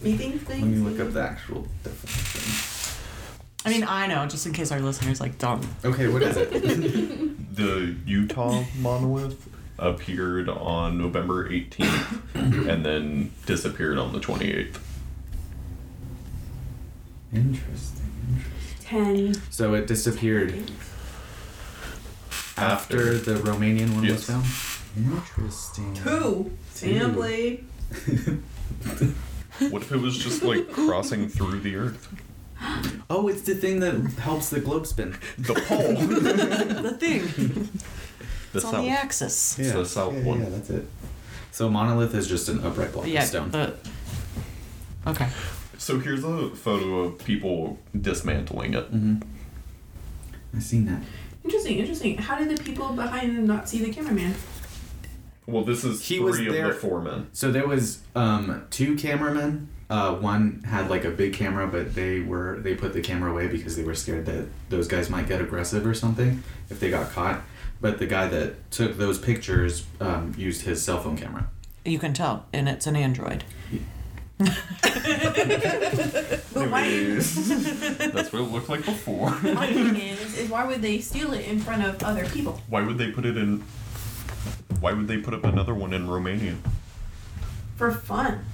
Speaker 4: Me thinks Banksy.
Speaker 5: Let me look up the actual definition.
Speaker 3: I mean, I know, just in case our listeners like don't.
Speaker 5: Okay, what is it?
Speaker 6: The Utah monolith appeared on November 18th and then disappeared on the 28th.
Speaker 5: interesting. Interesting.
Speaker 4: Ten.
Speaker 5: So it disappeared after the Romanian one
Speaker 6: Yes.
Speaker 5: was found? Interesting.
Speaker 4: Two. Family.
Speaker 6: What if it was just like crossing through the earth?
Speaker 5: Oh, it's the thing that helps the globe spin.
Speaker 6: The pole.
Speaker 3: the thing.
Speaker 6: the
Speaker 3: It's on the
Speaker 6: south.
Speaker 3: axis.
Speaker 6: It's the south
Speaker 5: yeah,
Speaker 6: one.
Speaker 5: Yeah, that's it. So monolith is just an upright block
Speaker 3: Yeah.
Speaker 5: of stone.
Speaker 3: The, okay.
Speaker 6: So here's a photo of people dismantling it.
Speaker 5: mm-hmm. I've seen that.
Speaker 4: Interesting, interesting. How did the people behind them not see the cameraman?
Speaker 6: Well, this is
Speaker 5: He
Speaker 6: three
Speaker 5: was
Speaker 6: of
Speaker 5: there-
Speaker 6: the four men.
Speaker 5: So there was um, two cameramen. Uh, one had like a big camera, but they were they put the camera away because they were scared that those guys might get aggressive or something if they got caught. But the guy that took those pictures um, used his cell phone camera.
Speaker 3: You can tell, and it's an android.
Speaker 4: But why,
Speaker 6: That's what it looked like before.
Speaker 4: my thing is, is why would they steal it in front of other people?
Speaker 6: Why would they put it in? Why would they put up another one in Romania?
Speaker 4: For fun.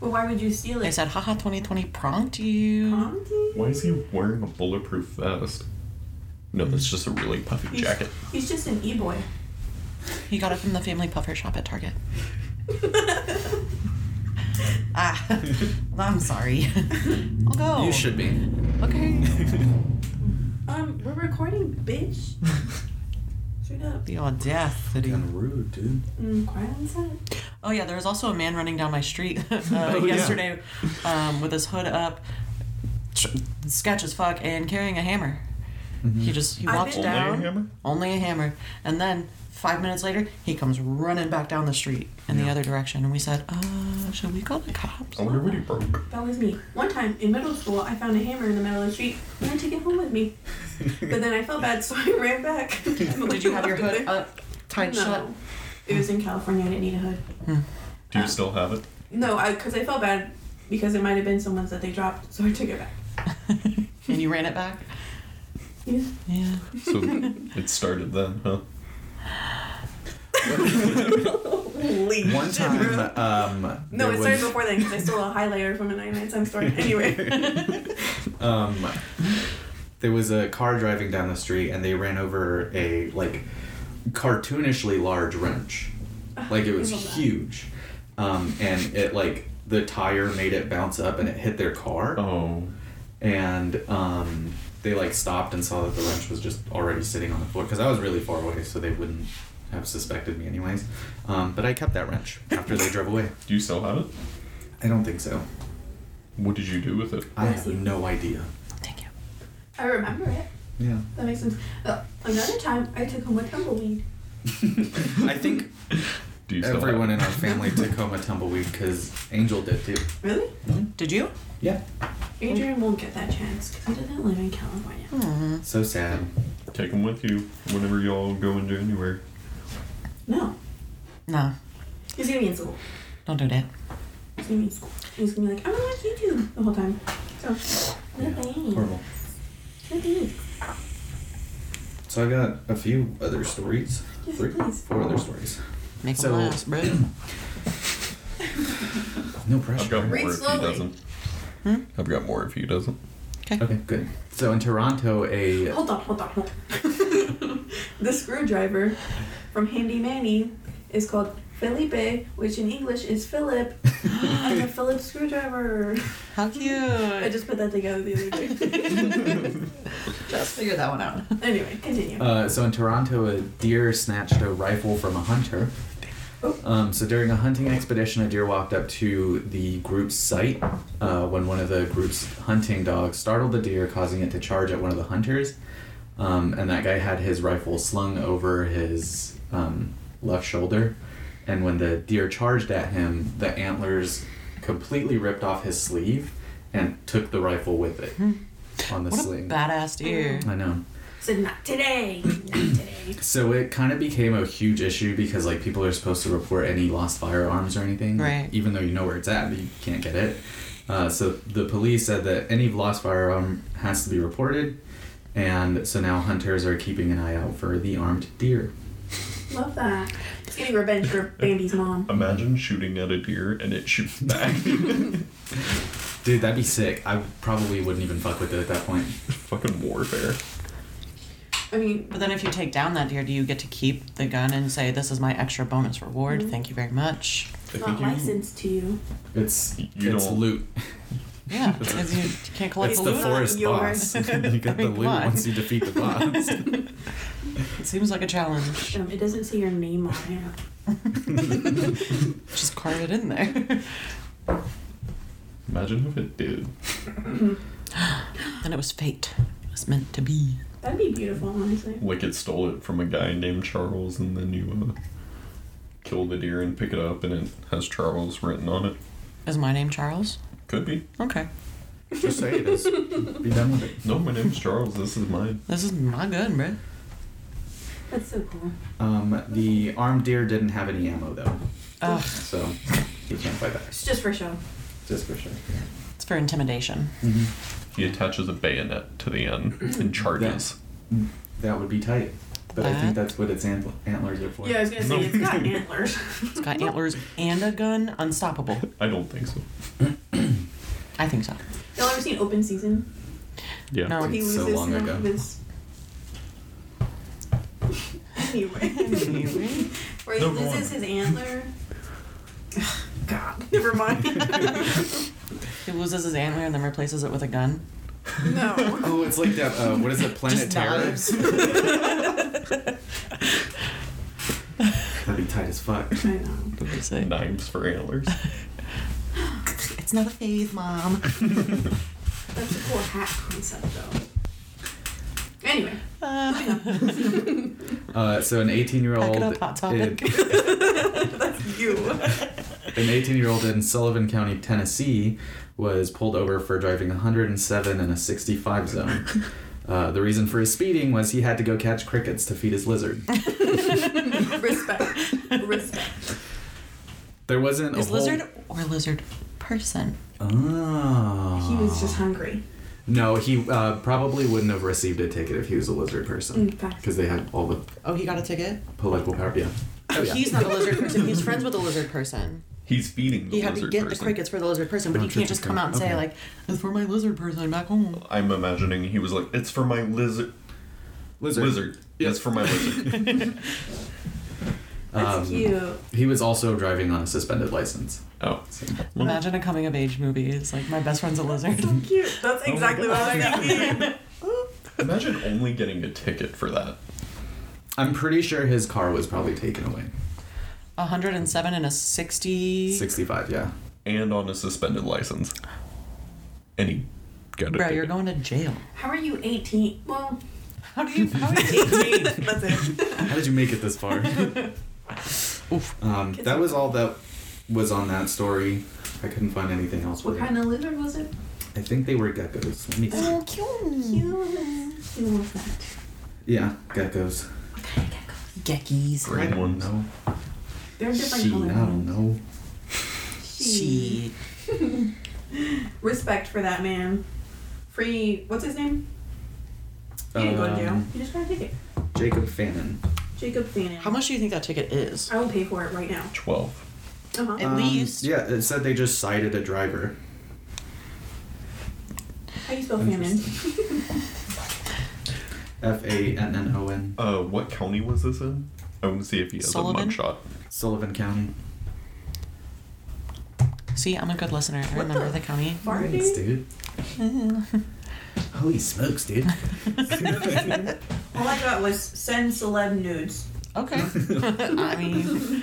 Speaker 4: But why would you steal
Speaker 3: They
Speaker 4: it?
Speaker 3: said, haha, 2020 prompt you.
Speaker 4: Conti?
Speaker 6: Why is he wearing a bulletproof vest? No, that's just a really puffy
Speaker 4: Hmm. He's,
Speaker 6: jacket.
Speaker 4: he's just an e-boy.
Speaker 3: He got it from the family puffer shop at Target. ah, I'm sorry. I'll go.
Speaker 5: You should be.
Speaker 3: Okay.
Speaker 4: Um, we're recording, bitch. Straight up.
Speaker 3: The audacity.
Speaker 5: Kind of rude, dude.
Speaker 4: Mm, quiet on set.
Speaker 3: Oh yeah, there was also a man running down my street uh,
Speaker 5: Oh, yeah.
Speaker 3: yesterday um, with his hood up, tr- sketch as fuck, and carrying a hammer.
Speaker 5: Mm-hmm.
Speaker 3: He just he
Speaker 4: I've
Speaker 3: walked
Speaker 4: been-
Speaker 6: Only a
Speaker 3: down,
Speaker 6: hammer?
Speaker 3: only a hammer, and then five minutes later he comes running back down the street in the other direction, and we said, "Uh, should we call the cops?"
Speaker 6: I
Speaker 5: Oh.
Speaker 6: wonder what he broke.
Speaker 4: That was me. One time in middle school, I found a hammer in the middle of the street and I took it home with me. But then I felt bad, so I ran back.
Speaker 3: Did you have your hood up, tied shut?
Speaker 4: No. It was in California. I didn't need a hood.
Speaker 6: Do you still have it?
Speaker 4: No, I because I felt bad because it might have been someone's that they dropped, so I took it back.
Speaker 3: and you ran it back.
Speaker 4: Yeah.
Speaker 3: Yeah.
Speaker 6: So it started then, huh?
Speaker 4: Holy
Speaker 5: One
Speaker 4: shit,
Speaker 5: time,
Speaker 4: bro.
Speaker 5: um,
Speaker 4: No,
Speaker 5: there
Speaker 4: it
Speaker 5: was,
Speaker 4: started before then because I stole a highlighter from a 99 cent store. Anyway.
Speaker 5: um, there was a car driving down the street and they ran over a like cartoonishly large wrench like it was
Speaker 4: Ah, I love that.
Speaker 5: huge um, and it like the tire made it bounce up and it hit their car
Speaker 6: Oh.
Speaker 5: and um, they like stopped and saw that the wrench was just already sitting on the floor because i was really far away so they wouldn't have suspected me anyways um, but i kept that wrench after they drove away
Speaker 6: Do you still have it?
Speaker 5: i don't think so
Speaker 6: What did you do with it?
Speaker 5: i have no idea
Speaker 3: Thank you.
Speaker 4: I remember it.
Speaker 5: yeah
Speaker 4: That makes sense. Uh, another time, I took home a tumbleweed.
Speaker 5: i think
Speaker 6: Do you still
Speaker 5: Everyone in
Speaker 6: have
Speaker 5: our family took home a tumbleweed because Angel did too.
Speaker 4: Really?
Speaker 3: Did you?
Speaker 5: Yeah.
Speaker 4: Adrian won't get that chance because he doesn't live in California.
Speaker 5: So sad.
Speaker 6: it? Take them with you whenever y'all go in January.
Speaker 4: No.
Speaker 3: No,
Speaker 4: He's gonna be in school.
Speaker 3: don't do that.
Speaker 4: He's gonna be in school. He's gonna be like, I'm gonna watch YouTube the whole time. So, no thanks. No
Speaker 5: Horrible.
Speaker 4: thanks.
Speaker 5: So I got a few other stories.
Speaker 4: Yes,
Speaker 5: Three,
Speaker 4: please.
Speaker 5: four other stories.
Speaker 3: Make
Speaker 5: So-
Speaker 3: them last, bro.
Speaker 5: No
Speaker 6: I've got
Speaker 5: pressure.
Speaker 6: more
Speaker 4: Read
Speaker 6: if
Speaker 4: slowly. Hmm?
Speaker 6: he doesn't. I've got more if he doesn't.
Speaker 5: Okay, good. So in Toronto, a
Speaker 4: Hold on, hold on, hold on. the screwdriver from Handy Manny is called Felipe, which in English is Philip. I'm a Philip screwdriver.
Speaker 3: How cute!
Speaker 4: I just put that together the other day.
Speaker 3: just figured that one out.
Speaker 4: anyway, continue.
Speaker 5: uh, so in Toronto, a deer snatched a rifle from a hunter. Um, so during a hunting expedition, a deer walked up to the group's site uh, when one of the group's hunting dogs startled the deer, causing it to charge at one of the hunters. Um, and that guy had his rifle slung over his um, left shoulder. And when the deer charged at him, the antlers completely ripped off his sleeve and took the rifle with it on
Speaker 3: Hmm.
Speaker 5: the
Speaker 3: What a
Speaker 5: sling.
Speaker 3: badass deer.
Speaker 5: I know.
Speaker 4: Said not today. Not today.
Speaker 5: So it kind of became a huge issue because like people are supposed to report any lost firearms or anything,
Speaker 3: Right.
Speaker 5: Even though you know where it's at, but you can't get it. Uh, so the police said that any lost firearm has to be reported, and so now hunters are keeping an eye out for the armed deer.
Speaker 4: Love that. It's getting revenge for Bambi's mom.
Speaker 6: Imagine shooting at a deer and it shoots back.
Speaker 5: Dude, that'd be sick. I probably wouldn't even fuck with it at that point.
Speaker 6: Fucking warfare.
Speaker 4: I mean,
Speaker 3: But then if you take down that deer, do you get to keep the gun and say, this is my extra bonus reward? Thank you very much.
Speaker 6: I
Speaker 4: not
Speaker 6: think you,
Speaker 4: licensed to you.
Speaker 5: It's
Speaker 6: You
Speaker 5: it's
Speaker 6: don't-
Speaker 5: loot.
Speaker 3: Yeah, 'cause you can't collect
Speaker 5: It's
Speaker 3: the
Speaker 5: the
Speaker 3: loot.
Speaker 5: forest
Speaker 4: yours.
Speaker 5: boss. you
Speaker 3: I
Speaker 5: get the
Speaker 3: mean,
Speaker 5: loot
Speaker 3: come on.
Speaker 5: once you defeat the boss.
Speaker 3: It seems like a challenge.
Speaker 4: Um, it doesn't say your name on it.
Speaker 3: Just carve it in there.
Speaker 6: imagine if it did.
Speaker 3: then it was fate. It was meant to be.
Speaker 4: That'd be beautiful, honestly.
Speaker 6: Wicked stole it from a guy named Charles, and then you uh, kill the deer and pick it up, and it has Charles written on it.
Speaker 3: Is my name Charles?
Speaker 6: Could be.
Speaker 3: Okay.
Speaker 5: Just say it is. Be done with it.
Speaker 6: No, my name's Charles. This is mine.
Speaker 3: This is my gun, bro.
Speaker 4: That's so cool.
Speaker 5: Um, the armed deer didn't have any ammo though,
Speaker 3: Ugh,
Speaker 5: so he can't fight back.
Speaker 4: It's just for show.
Speaker 5: Just for sure.
Speaker 3: it's for intimidation.
Speaker 4: Mm-hmm.
Speaker 6: He attaches a bayonet to the end and charges.
Speaker 5: That would be tight. But I think that's what its antl- antlers are for.
Speaker 4: Yeah, I was gonna say it's got antlers.
Speaker 3: It's got antlers and a gun. Unstoppable.
Speaker 6: I don't think so.
Speaker 3: I think so.
Speaker 4: Y'all ever seen Open Season?
Speaker 6: Yeah.
Speaker 3: No.
Speaker 4: Where he
Speaker 5: It's
Speaker 4: loses
Speaker 5: so long
Speaker 4: enough
Speaker 5: ago.
Speaker 4: of his. Anyway,
Speaker 3: Anyway.
Speaker 4: where he
Speaker 6: Number
Speaker 4: loses his
Speaker 6: one.
Speaker 4: antler. God, never mind.
Speaker 3: He loses his antler and then replaces it with a gun.
Speaker 4: no.
Speaker 5: Oh, it's like that. Uh, what is it? Planet
Speaker 3: Just
Speaker 5: Terror.
Speaker 3: knives.
Speaker 5: That'd be tight as fuck.
Speaker 4: I know.
Speaker 3: Sick.
Speaker 6: Knives for antlers.
Speaker 3: It's not a phase, mom.
Speaker 4: That's a cool hat concept, though. Anyway,
Speaker 5: Uh, so an 18 year
Speaker 3: Pack
Speaker 5: old.
Speaker 3: it up, Hot Topic.
Speaker 5: an
Speaker 4: that's you.
Speaker 5: 18 year old in Sullivan County, Tennessee, was pulled over for driving 107 in a 65 zone. Uh, the reason for his speeding was he had to go catch crickets to feed his lizard.
Speaker 4: Respect. Respect.
Speaker 5: There wasn't a
Speaker 3: Is
Speaker 5: whole...
Speaker 3: lizard or lizard person?
Speaker 5: Oh.
Speaker 4: He was just hungry.
Speaker 5: No, he uh, probably wouldn't have received a ticket if he was a lizard person.
Speaker 4: In fact.
Speaker 5: Because they had all the
Speaker 3: Oh, he got a ticket.
Speaker 5: political power. Yeah.
Speaker 3: Oh, He's not a lizard person. He's friends with a lizard person.
Speaker 6: He's feeding the
Speaker 3: He had to
Speaker 6: lizard
Speaker 3: get the
Speaker 6: person.
Speaker 3: crickets for the lizard person, but
Speaker 5: Oh,
Speaker 3: he can't just come out and say
Speaker 5: okay.
Speaker 3: like, "It's for my lizard person back home."
Speaker 6: I'm imagining he was like, "It's for my lizard."
Speaker 5: Lizard.
Speaker 6: Lizard.
Speaker 5: Yeah.
Speaker 6: It's for my lizard.
Speaker 5: Um,
Speaker 4: That's cute.
Speaker 5: He was also driving on a suspended license.
Speaker 6: oh,
Speaker 3: Imagine a coming of age movie. It's like my best friend's a lizard.
Speaker 4: So cute. That's exactly what I was thinking.
Speaker 6: imagine only getting a ticket for that.
Speaker 5: I'm pretty sure his car was probably taken away.
Speaker 3: 107 and a 60.
Speaker 5: 65, yeah.
Speaker 6: and on a suspended license. And he got
Speaker 3: Bro,
Speaker 6: it.
Speaker 3: you're going to jail.
Speaker 4: How are you 18? Well,
Speaker 3: How do you? How do you?
Speaker 4: that's it.
Speaker 5: How did you make it this far? Um, that was all that was on that story. I couldn't find anything else.
Speaker 4: What
Speaker 5: With
Speaker 4: kind
Speaker 5: it.
Speaker 4: of lizard was it?
Speaker 5: I think they were geckos. Let me see.
Speaker 4: Human. You love that.
Speaker 5: Yeah, geckos.
Speaker 4: What kind of geckos?
Speaker 3: Geckies.
Speaker 5: I
Speaker 6: Grade
Speaker 5: don't
Speaker 6: ones.
Speaker 5: know.
Speaker 4: They're different
Speaker 5: She, I
Speaker 4: color.
Speaker 5: don't know.
Speaker 4: She.
Speaker 3: She.
Speaker 4: Respect for that man. Free. What's his name? He didn't go to jail.
Speaker 5: Um,
Speaker 4: He just got a ticket.
Speaker 5: Jacob Fannin.
Speaker 4: Jacob Fannin.
Speaker 3: How much do you think that ticket is?
Speaker 4: I will pay for it right now.
Speaker 6: 12.
Speaker 4: Uh huh.
Speaker 3: At
Speaker 5: Um,
Speaker 3: least.
Speaker 5: Yeah, it said they just cited a driver.
Speaker 4: How do you spell Fannin?
Speaker 5: F A N N O N.
Speaker 6: Uh, what county was this in? I want to see if he has
Speaker 3: Sullivan?
Speaker 6: a mugshot.
Speaker 5: Sullivan County.
Speaker 3: See, I'm a good listener. I remember the, county.
Speaker 4: Farty?
Speaker 5: Thanks, dude. Holy smokes, dude.
Speaker 4: All I got was send celeb nudes.
Speaker 3: Okay. I mean,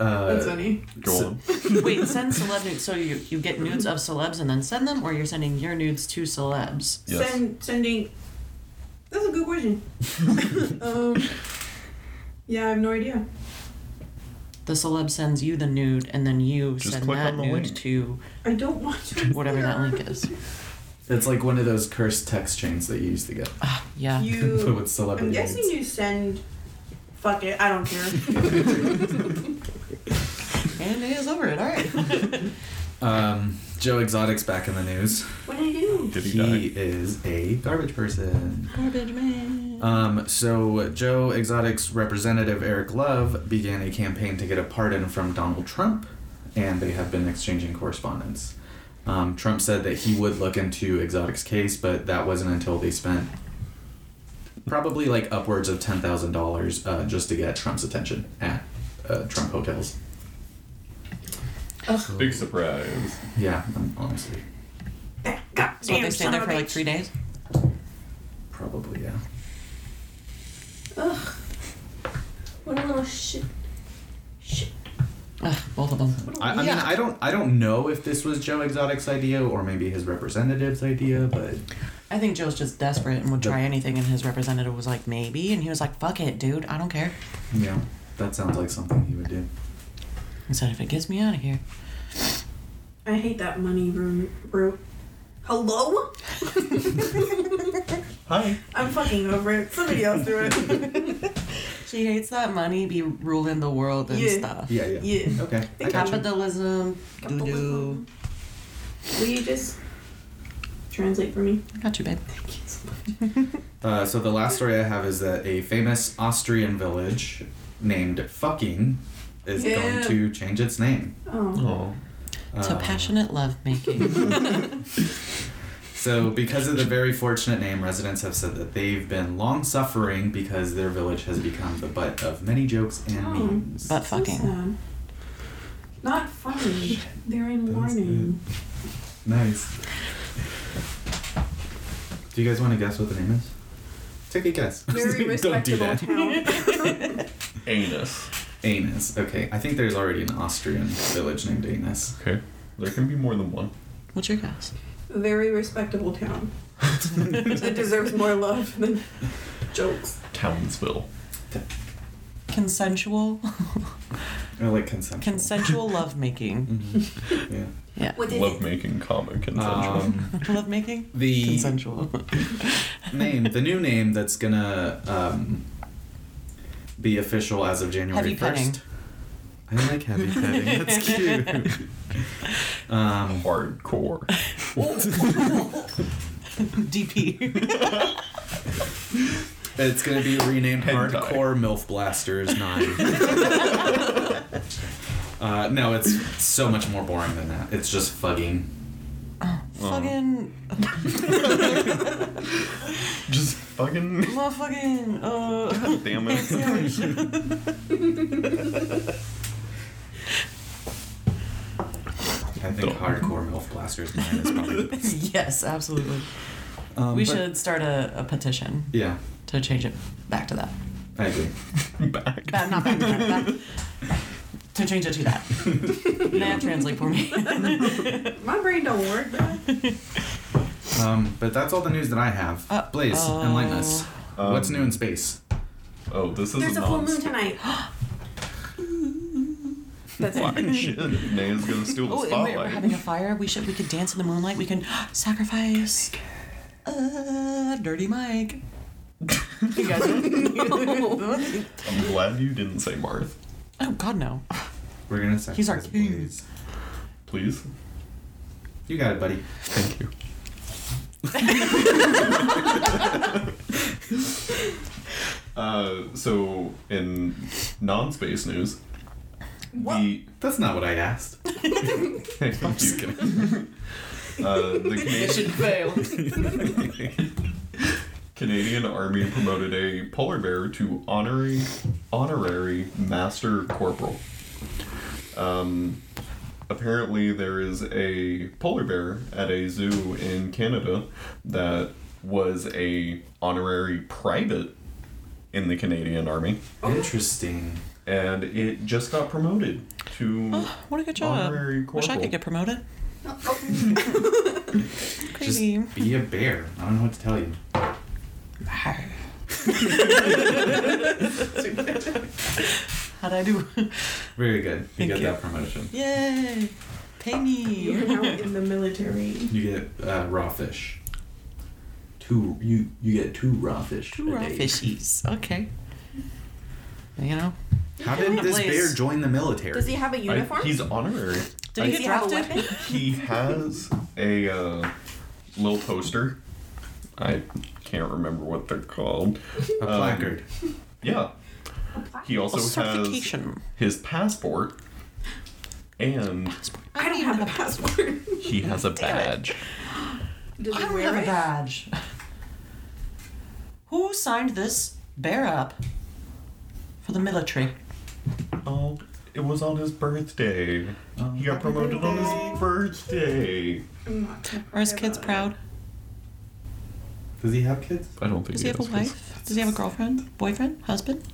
Speaker 5: Uh,
Speaker 4: That's funny.
Speaker 6: Go
Speaker 5: So-
Speaker 6: on.
Speaker 3: wait, send celeb nudes. So you, you get nudes of celebs and then send them, or you're sending your nudes to celebs?
Speaker 6: Yes.
Speaker 4: Send sending. That's a good question. um, yeah, I have no idea.
Speaker 3: The celeb sends you the nude, and then you
Speaker 6: Just
Speaker 3: send
Speaker 6: click
Speaker 3: that
Speaker 6: on the
Speaker 3: nude
Speaker 6: link.
Speaker 3: to
Speaker 4: I don't want to.
Speaker 3: whatever that link is.
Speaker 5: It's like one of those cursed text chains that you used to get.
Speaker 3: Ah, Yeah.
Speaker 5: But
Speaker 4: You.
Speaker 5: with celebrity
Speaker 4: I'm guessing
Speaker 5: names.
Speaker 4: you send. Fuck it. I don't care.
Speaker 3: and it is over it. All right.
Speaker 5: Um, Joe Exotic's back in the news.
Speaker 4: what do I do?
Speaker 6: Did he,
Speaker 5: He
Speaker 6: die?
Speaker 5: is a garbage person.
Speaker 3: Garbage man.
Speaker 6: Uh,
Speaker 5: Um, so Joe Exotic's representative Eric Love began a campaign to get a pardon from Donald Trump, and they have been exchanging correspondence. Um, Trump said that he would look into Exotic's case, but that wasn't until they spent probably like upwards of ten thousand uh, dollars just to get Trump's attention at uh, Trump hotels.
Speaker 6: Big surprise.
Speaker 5: Yeah, um, honestly,
Speaker 4: God
Speaker 3: So what, they stayed there for like three days.
Speaker 5: probably yeah.
Speaker 4: Ugh. What a little shit. Shit.
Speaker 3: Ugh, both of them.
Speaker 5: I, I mean, I don't, I don't know if this was Joe Exotic's idea or maybe his representative's idea, but
Speaker 3: I think Joe's just desperate and would try anything, and his representative was like, maybe, and he was like, fuck it, dude, I don't care.
Speaker 5: yeah, that sounds like something he would do.
Speaker 3: He said, if it gets me out of here.
Speaker 4: I hate that money room. room. Hello?
Speaker 6: Hi.
Speaker 4: I'm fucking over it. Somebody else do it.
Speaker 3: She hates that money be ruling the world and
Speaker 4: Yeah.
Speaker 3: stuff.
Speaker 5: Yeah, yeah,
Speaker 4: yeah.
Speaker 5: Okay, I got you.
Speaker 3: Capitalism, doo doo.
Speaker 4: Capitalism. Will you just translate for me?
Speaker 3: Got you, babe.
Speaker 4: Thank you so much.
Speaker 5: Uh, so the last story I have is that a famous Austrian village named Fucking is
Speaker 4: Yeah.
Speaker 5: going to change its name.
Speaker 4: Oh.
Speaker 6: Oh.
Speaker 3: It's a
Speaker 5: Uh,
Speaker 3: passionate love making.
Speaker 5: So, because of the very fortunate name, residents have said that they've been long suffering because their village has become the butt of many jokes and
Speaker 4: Oh.
Speaker 5: memes.
Speaker 3: but
Speaker 4: So
Speaker 3: fucking.
Speaker 4: sad. Not funny. They're in
Speaker 5: That's
Speaker 4: warning.
Speaker 5: Nice. Do you guys want to guess what the name is? Take a guess.
Speaker 4: Very
Speaker 5: Don't do
Speaker 4: respectable
Speaker 5: that.
Speaker 4: town.
Speaker 6: Anus.
Speaker 5: Anus. Okay, I think there's already an Austrian village named Anus.
Speaker 6: Okay. There can be more than one.
Speaker 3: What's your guess?
Speaker 4: Very respectable town. it deserves more love than jokes.
Speaker 6: Townsville.
Speaker 3: Consensual.
Speaker 5: I like consent.
Speaker 3: Consensual love making.
Speaker 5: Yeah.
Speaker 3: Yeah.
Speaker 4: What
Speaker 6: Love making comic consensual.
Speaker 5: Um,
Speaker 3: love making?
Speaker 5: the
Speaker 3: Consensual.
Speaker 5: name, the new name that's gonna um, be official as of January
Speaker 3: Heavy petting.
Speaker 5: first. I like heavy petting. That's cute. um,
Speaker 6: Hardcore.
Speaker 3: DP.
Speaker 5: it's gonna be renamed
Speaker 6: Hentai.
Speaker 5: Hardcore Milf Blasters Nine. uh, no, it's so much more boring than that. It's just fugging. Oh.
Speaker 3: fucking.
Speaker 6: Just fucking.
Speaker 3: Motherfucking. Uh,
Speaker 6: God damn it.
Speaker 5: I think
Speaker 6: Don't.
Speaker 5: Hardcore Milf Blasters Nine is probably. The,
Speaker 3: yes, absolutely.
Speaker 5: um,
Speaker 3: We
Speaker 5: but-
Speaker 3: should start a, a petition
Speaker 5: Yeah,
Speaker 3: to change it back to that.
Speaker 5: I agree.
Speaker 6: Back.
Speaker 3: Back, not back to that. Back, to change it to that. Now translate for me.
Speaker 4: My brain don't work, bro.
Speaker 5: Um, but that's all the news that I have.
Speaker 3: Uh,
Speaker 5: Blaze, enlighten us.
Speaker 6: Um,
Speaker 5: What's new in space?
Speaker 6: Oh, this is
Speaker 4: There's a
Speaker 6: non-
Speaker 4: full moon tonight. That's it.
Speaker 6: Why? Shit. Naya's gonna steal the
Speaker 3: Oh, and we're, we're
Speaker 6: spotlight.
Speaker 3: having a fire. We should. We could dance in the moonlight. We can sacrifice. Uh, dirty Mike. You guys. don't-
Speaker 6: I'm glad you didn't say Marth.
Speaker 3: oh God, no.
Speaker 5: We're gonna sacrifice.
Speaker 3: He's our king.
Speaker 5: Blaze.
Speaker 6: Please.
Speaker 5: You got it, buddy.
Speaker 6: Thank you. uh, so, in non space news, the.
Speaker 5: That's not what I asked.
Speaker 6: Thank you.
Speaker 5: just
Speaker 6: Uh, the Canadian,
Speaker 3: fail.
Speaker 6: Canadian Army promoted a polar bear to honorary, honorary master corporal. Um, apparently, there is a polar bear at a zoo in Canada that was a honorary private in the Canadian Army,
Speaker 5: Interesting.
Speaker 6: and it just got promoted to
Speaker 3: What a good job.
Speaker 6: honorary corporal.
Speaker 3: Wish I could get promoted. Crazy.
Speaker 5: Just be a bear. I don't know what to tell you.
Speaker 3: How'd I do?
Speaker 5: Very good. You
Speaker 3: Thank
Speaker 5: get
Speaker 3: you.
Speaker 5: that promotion.
Speaker 3: Yay! Pay me.
Speaker 4: You're now in the military.
Speaker 5: You get uh, raw fish. Two. You you get two raw fish.
Speaker 3: Two
Speaker 5: a
Speaker 3: raw
Speaker 5: day.
Speaker 3: fishies. Okay. You know?
Speaker 5: How did this
Speaker 3: Blaze.
Speaker 5: bear join the military?
Speaker 4: Does he have a
Speaker 6: I-
Speaker 4: uniform?
Speaker 6: he's honorary.
Speaker 3: Did
Speaker 6: I-
Speaker 3: he get
Speaker 4: Does he have a
Speaker 3: drafted?
Speaker 4: weapon?
Speaker 6: He has a uh, little poster. I can't remember what they're called.
Speaker 5: a
Speaker 6: um,
Speaker 5: placard.
Speaker 6: Yeah. He also
Speaker 3: A
Speaker 6: has
Speaker 3: certification.
Speaker 6: his passport and
Speaker 4: I don't have a passport.
Speaker 6: he has a badge.
Speaker 4: Does
Speaker 3: I
Speaker 4: he
Speaker 3: don't
Speaker 4: wear
Speaker 3: have a
Speaker 4: it?
Speaker 3: badge. Who signed this bear up for the military?
Speaker 6: Oh, it was on his birthday.
Speaker 3: Oh,
Speaker 6: he got promoted on his birthday.
Speaker 4: I'm not gonna
Speaker 3: Are his
Speaker 4: cry
Speaker 3: kids
Speaker 4: about
Speaker 3: proud?
Speaker 5: Does he have kids?
Speaker 6: I don't think
Speaker 3: Does he have a wife? Does he have a girlfriend, boyfriend, husband?
Speaker 4: it.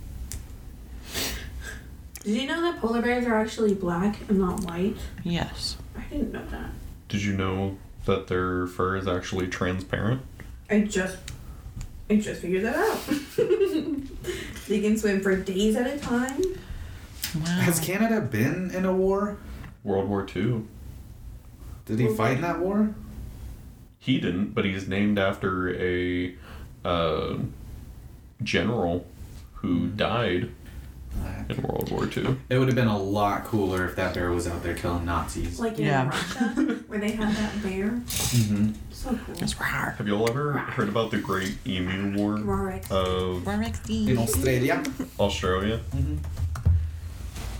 Speaker 4: Did you know that polar bears are actually black and not white?
Speaker 3: Yes.
Speaker 4: I didn't know that.
Speaker 6: Did you know that their fur is actually transparent?
Speaker 4: I just, I just figured that out. they can swim for days at a time.
Speaker 3: Wow.
Speaker 5: Has Canada been in a war?
Speaker 6: World War II.
Speaker 5: Did he fight in that war?
Speaker 6: He didn't, but he's named after a uh, general who died in World War II.
Speaker 5: It would have been a lot cooler if that bear was out there killing Nazis.
Speaker 4: Like in
Speaker 3: Yeah.
Speaker 4: Russia, where they have that bear.
Speaker 5: Mm-hmm.
Speaker 4: So cool.
Speaker 3: It's rar.
Speaker 6: Have y'all ever heard about the Great Emu War
Speaker 4: Rorik.
Speaker 6: of
Speaker 3: Rar XD.
Speaker 5: Australia.
Speaker 6: Australia?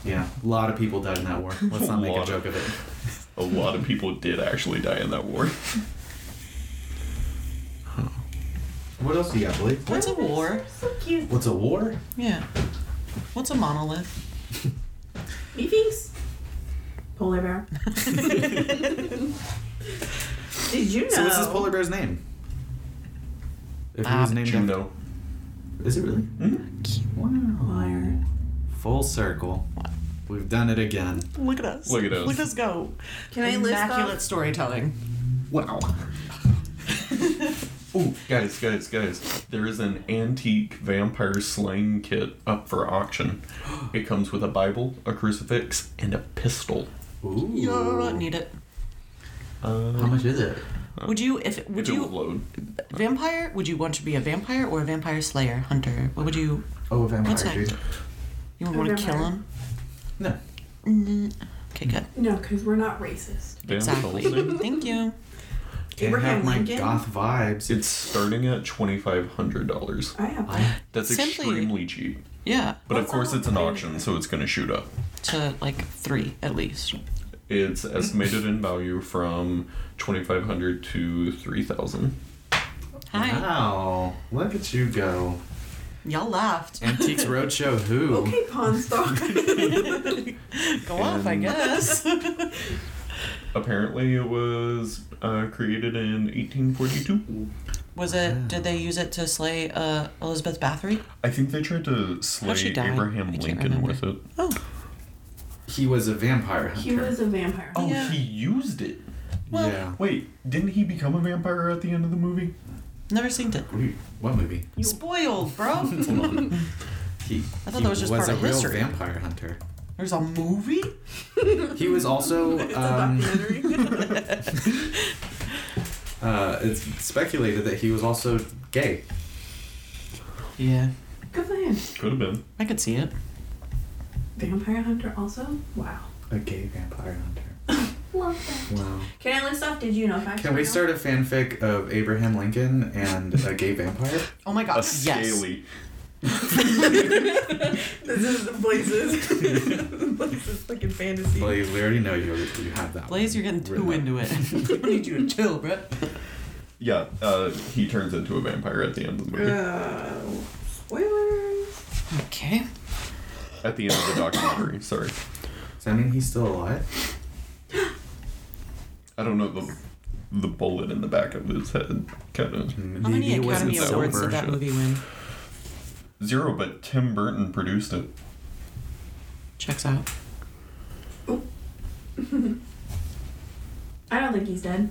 Speaker 5: Yeah, a lot of people died in that war. Let's not make a
Speaker 6: Lot.
Speaker 5: joke of it.
Speaker 6: A lot of people did actually die in that war.
Speaker 5: What else do you got, Blake?
Speaker 3: What's a war?
Speaker 4: So cute.
Speaker 5: What's a war?
Speaker 3: Yeah. What's a monolith?
Speaker 4: Beefies. Polar bear. Did you know?
Speaker 5: So what's this polar bear's name? If he
Speaker 3: Ah,
Speaker 5: was named
Speaker 6: Did you
Speaker 5: after,
Speaker 6: know? Hmm?
Speaker 5: is it really?
Speaker 4: Liar.
Speaker 5: Full circle. We've done it again.
Speaker 3: Look at us.
Speaker 6: Look at us. Look at us
Speaker 3: go.
Speaker 4: Can I list
Speaker 3: Immaculate
Speaker 4: off?
Speaker 3: storytelling.
Speaker 5: Wow.
Speaker 6: Ooh, guys, guys, guys. There is an antique vampire slaying kit up for auction. It comes with a Bible, a crucifix, and a pistol.
Speaker 5: Ooh.
Speaker 3: You don't need it.
Speaker 6: Uh,
Speaker 5: How much is it?
Speaker 3: Would you if would
Speaker 6: if it
Speaker 3: you
Speaker 6: will load.
Speaker 3: vampire? Would you want to be a vampire or a vampire slayer hunter? What would you?
Speaker 5: Oh, a vampire
Speaker 3: What's that?
Speaker 5: dude.
Speaker 3: You would
Speaker 4: A
Speaker 3: want to kill
Speaker 4: vampire.
Speaker 3: him?
Speaker 5: No.
Speaker 3: Okay, good.
Speaker 4: No, because we're not racist.
Speaker 6: Damn
Speaker 3: Exactly.
Speaker 6: pulsing.
Speaker 3: Thank you.
Speaker 5: Can't have
Speaker 4: Abraham
Speaker 5: my
Speaker 4: Lincoln?
Speaker 5: goth vibes.
Speaker 6: It's starting at twenty five hundred dollars.
Speaker 4: I have one.
Speaker 5: I-
Speaker 6: That's
Speaker 3: Simply-
Speaker 6: extremely cheap.
Speaker 3: Yeah.
Speaker 6: But of
Speaker 4: What's
Speaker 6: course,
Speaker 4: up?
Speaker 6: it's an auction, so it's going to shoot up.
Speaker 3: To like three at least.
Speaker 6: It's estimated in value from twenty five hundred to three thousand.
Speaker 3: Hi.
Speaker 5: Wow. Look at you go.
Speaker 3: Y'all laughed.
Speaker 5: Antiques Roadshow who?
Speaker 4: Okay, pawn stock.
Speaker 3: Go off, I
Speaker 6: And-
Speaker 3: guess.
Speaker 6: Apparently, it was uh, created in eighteen forty two.
Speaker 3: Was it? Did they use it to slay uh, Elizabeth Bathory?
Speaker 6: I think they tried to
Speaker 3: she
Speaker 6: slay
Speaker 3: died. I
Speaker 6: Abraham
Speaker 3: can't
Speaker 6: Lincoln
Speaker 3: remember.
Speaker 6: with it.
Speaker 3: Oh,
Speaker 5: He was a vampire hunter.
Speaker 4: he was a vampire.
Speaker 6: Oh,
Speaker 3: Yeah.
Speaker 6: he used it.
Speaker 3: well-
Speaker 5: yeah.
Speaker 6: Wait, didn't he become a vampire at the end of the movie?
Speaker 3: never seen it.
Speaker 5: Wait, What movie?
Speaker 3: Spoiled, bro.
Speaker 5: He,
Speaker 3: I thought
Speaker 5: he
Speaker 3: that was just part
Speaker 5: a
Speaker 3: of
Speaker 5: real
Speaker 3: history.
Speaker 5: vampire hunter.
Speaker 3: There's a movie.
Speaker 5: He was also um, uh, it's speculated that he was also gay.
Speaker 3: Yeah,
Speaker 4: Good for him.
Speaker 6: Could have been.
Speaker 3: I could see it.
Speaker 4: Vampire hunter also? Wow.
Speaker 5: A gay vampire hunter.
Speaker 4: Love that.
Speaker 5: Wow.
Speaker 4: Can I list off? Did you know facts?
Speaker 5: Can we
Speaker 4: right now?
Speaker 5: start a fanfic of Abraham Lincoln and a gay vampire?
Speaker 3: Oh my
Speaker 6: A
Speaker 3: gosh. Yes.
Speaker 6: scaly.
Speaker 4: This is the places. this is fucking fantasy.
Speaker 5: Blaze, we already know you you have that.
Speaker 3: Blaze, you're getting too into it. I need you to chill, bro.
Speaker 6: Yeah, uh, he turns into a vampire at the end of the movie.
Speaker 4: Uh, spoilers.
Speaker 3: Okay.
Speaker 6: At the end of the documentary, sorry.
Speaker 5: Does that mean he's still alive?
Speaker 6: I don't know the the bullet in the back of his head kind of
Speaker 3: How many
Speaker 5: Maybe it wasn't
Speaker 3: Academy Awards
Speaker 5: sober.
Speaker 3: did that
Speaker 6: version.
Speaker 3: movie win?
Speaker 6: zero, but Tim Burton produced it.
Speaker 3: Checks out.
Speaker 4: I don't think he's dead.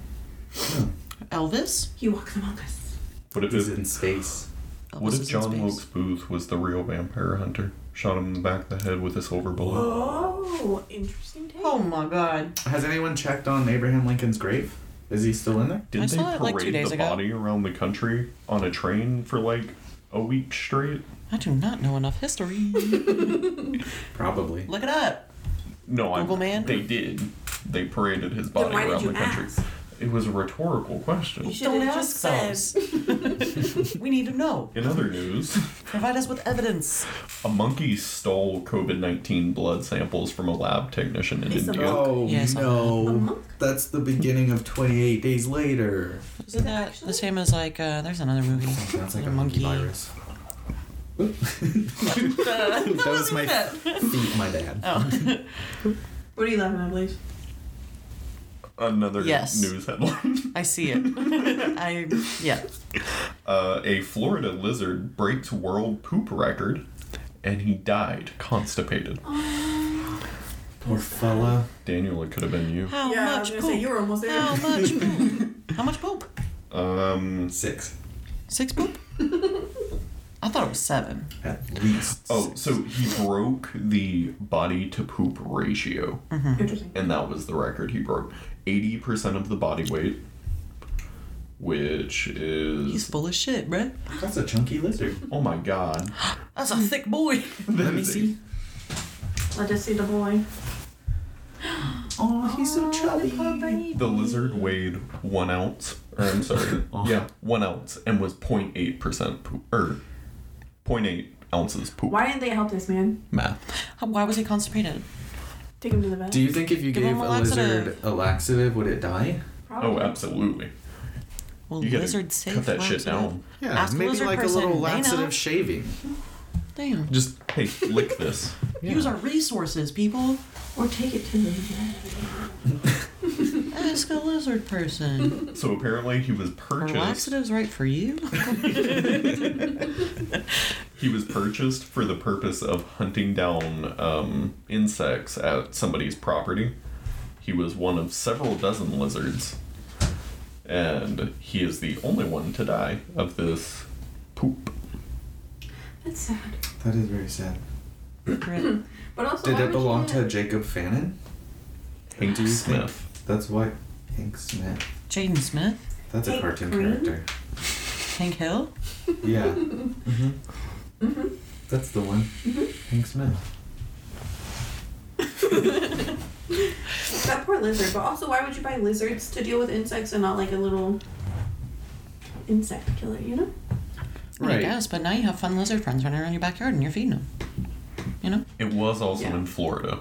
Speaker 3: Elvis.
Speaker 4: He walks among us.
Speaker 6: What if
Speaker 5: He's
Speaker 6: it-
Speaker 5: in space.
Speaker 3: Elvis
Speaker 6: what
Speaker 3: is
Speaker 6: if
Speaker 3: in
Speaker 6: John
Speaker 3: space.
Speaker 6: Wilkes Booth was the real vampire hunter? Shot him in the back of the head with a silver bullet.
Speaker 4: Oh, interesting take.
Speaker 3: Oh my god.
Speaker 5: Has anyone checked on Abraham Lincoln's grave? Is he still in there?
Speaker 6: Did
Speaker 3: I
Speaker 6: they
Speaker 3: saw it,
Speaker 6: parade
Speaker 3: like, two days
Speaker 6: the
Speaker 3: ago.
Speaker 6: body around the country on a train for like a week straight?
Speaker 3: I do not know enough history.
Speaker 5: Probably.
Speaker 3: Look it up.
Speaker 6: No, I.
Speaker 3: Google Man?
Speaker 6: They did. They paraded his
Speaker 4: Then
Speaker 6: body
Speaker 4: why did
Speaker 6: around
Speaker 4: you
Speaker 6: the country.
Speaker 4: ask?
Speaker 6: It was a rhetorical question.
Speaker 4: You should have just said.
Speaker 3: we need to know.
Speaker 6: In other news,
Speaker 3: Provide us with evidence.
Speaker 6: a monkey stole COVID 19 blood samples from a lab technician in
Speaker 4: He's a
Speaker 6: India.
Speaker 4: monk.
Speaker 5: Oh
Speaker 3: Yes, I
Speaker 4: A
Speaker 5: no!
Speaker 4: monk?
Speaker 5: That's the beginning of 28 days later.
Speaker 3: Isn't that the same as like uh, there's another movie?
Speaker 5: Sounds like
Speaker 3: The
Speaker 5: a monkey virus. that was my feet, my dad.
Speaker 3: Oh.
Speaker 4: What are you laughing at, Blaze?
Speaker 6: Another
Speaker 3: Yes.
Speaker 6: news headline.
Speaker 3: I see it. I yeah.
Speaker 6: Uh, a Florida lizard breaks world poop record and he died constipated.
Speaker 5: Poor fella.
Speaker 6: Daniel, it could have been you.
Speaker 3: How
Speaker 4: yeah, I was
Speaker 3: much
Speaker 4: gonna
Speaker 3: poop?
Speaker 4: say you were almost there.
Speaker 3: How much poop? How much poop?
Speaker 6: Um,
Speaker 5: Six.
Speaker 3: Six poop? I thought it was seven.
Speaker 5: At least.
Speaker 6: oh, so he broke the body to poop ratio,
Speaker 4: Interesting.
Speaker 6: and that was the record he broke. 80% of the body weight, which
Speaker 3: He's
Speaker 6: is.
Speaker 3: full of shit, bruh.
Speaker 5: That's a chunky lizard.
Speaker 6: Oh my god.
Speaker 3: That's a thick boy.
Speaker 5: Let me see.
Speaker 4: Let us see the boy.
Speaker 5: Oh, he's so chubby.
Speaker 6: The lizard weighed one ounce, or I'm sorry, yeah, one ounce, and was 0.8 percent poop, or 0.8 ounces poop.
Speaker 4: Why didn't they help this man?
Speaker 6: Math.
Speaker 3: How- Why was he constipated?
Speaker 4: Take him to the vet.
Speaker 5: Do you think if you
Speaker 3: Give
Speaker 5: gave
Speaker 3: him a
Speaker 5: a
Speaker 3: laxative.
Speaker 5: lizard a laxative, would it die?
Speaker 4: Probably.
Speaker 6: Oh, absolutely.
Speaker 3: Well,
Speaker 6: You gotta
Speaker 3: lizard safe.
Speaker 6: cut that shit
Speaker 3: laxative.
Speaker 6: down.
Speaker 5: Yeah,
Speaker 3: Ask a
Speaker 5: maybe
Speaker 3: lizard
Speaker 5: like
Speaker 3: person,
Speaker 5: a little
Speaker 3: they know.
Speaker 5: laxative shaving.
Speaker 3: Damn.
Speaker 6: Just hey, lick this.
Speaker 3: Use our resources, people.
Speaker 4: Or take it to the vet.
Speaker 3: Ask a lizard person.
Speaker 6: So apparently he was
Speaker 3: Are
Speaker 6: purchased.
Speaker 3: laxatives right for you?
Speaker 6: He was purchased for the purpose of hunting down um, insects at somebody's property. He was one of several dozen lizards, and he is the only one to die of this poop.
Speaker 4: That's sad.
Speaker 5: That is very sad.
Speaker 3: Right.
Speaker 4: But also,
Speaker 5: Did
Speaker 4: why would
Speaker 5: it belong
Speaker 4: you
Speaker 5: to Jacob Fannin?
Speaker 6: Hank
Speaker 5: Do you think-
Speaker 6: Smith.
Speaker 5: That's why Hank Smith.
Speaker 3: Jaden Smith,
Speaker 5: That's a
Speaker 4: Hank
Speaker 5: cartoon
Speaker 4: Green?
Speaker 5: character.
Speaker 3: Hank Hill.
Speaker 5: Yeah. mm-hmm. That's the one. Hank Smith.
Speaker 4: That poor lizard. But also, why would you buy lizards to deal with insects and not like a little insect killer? You know.
Speaker 3: I guess, but now you have fun lizard friends running around your backyard and you're feeding them. You know?
Speaker 6: It was also
Speaker 4: Yeah.
Speaker 6: in Florida.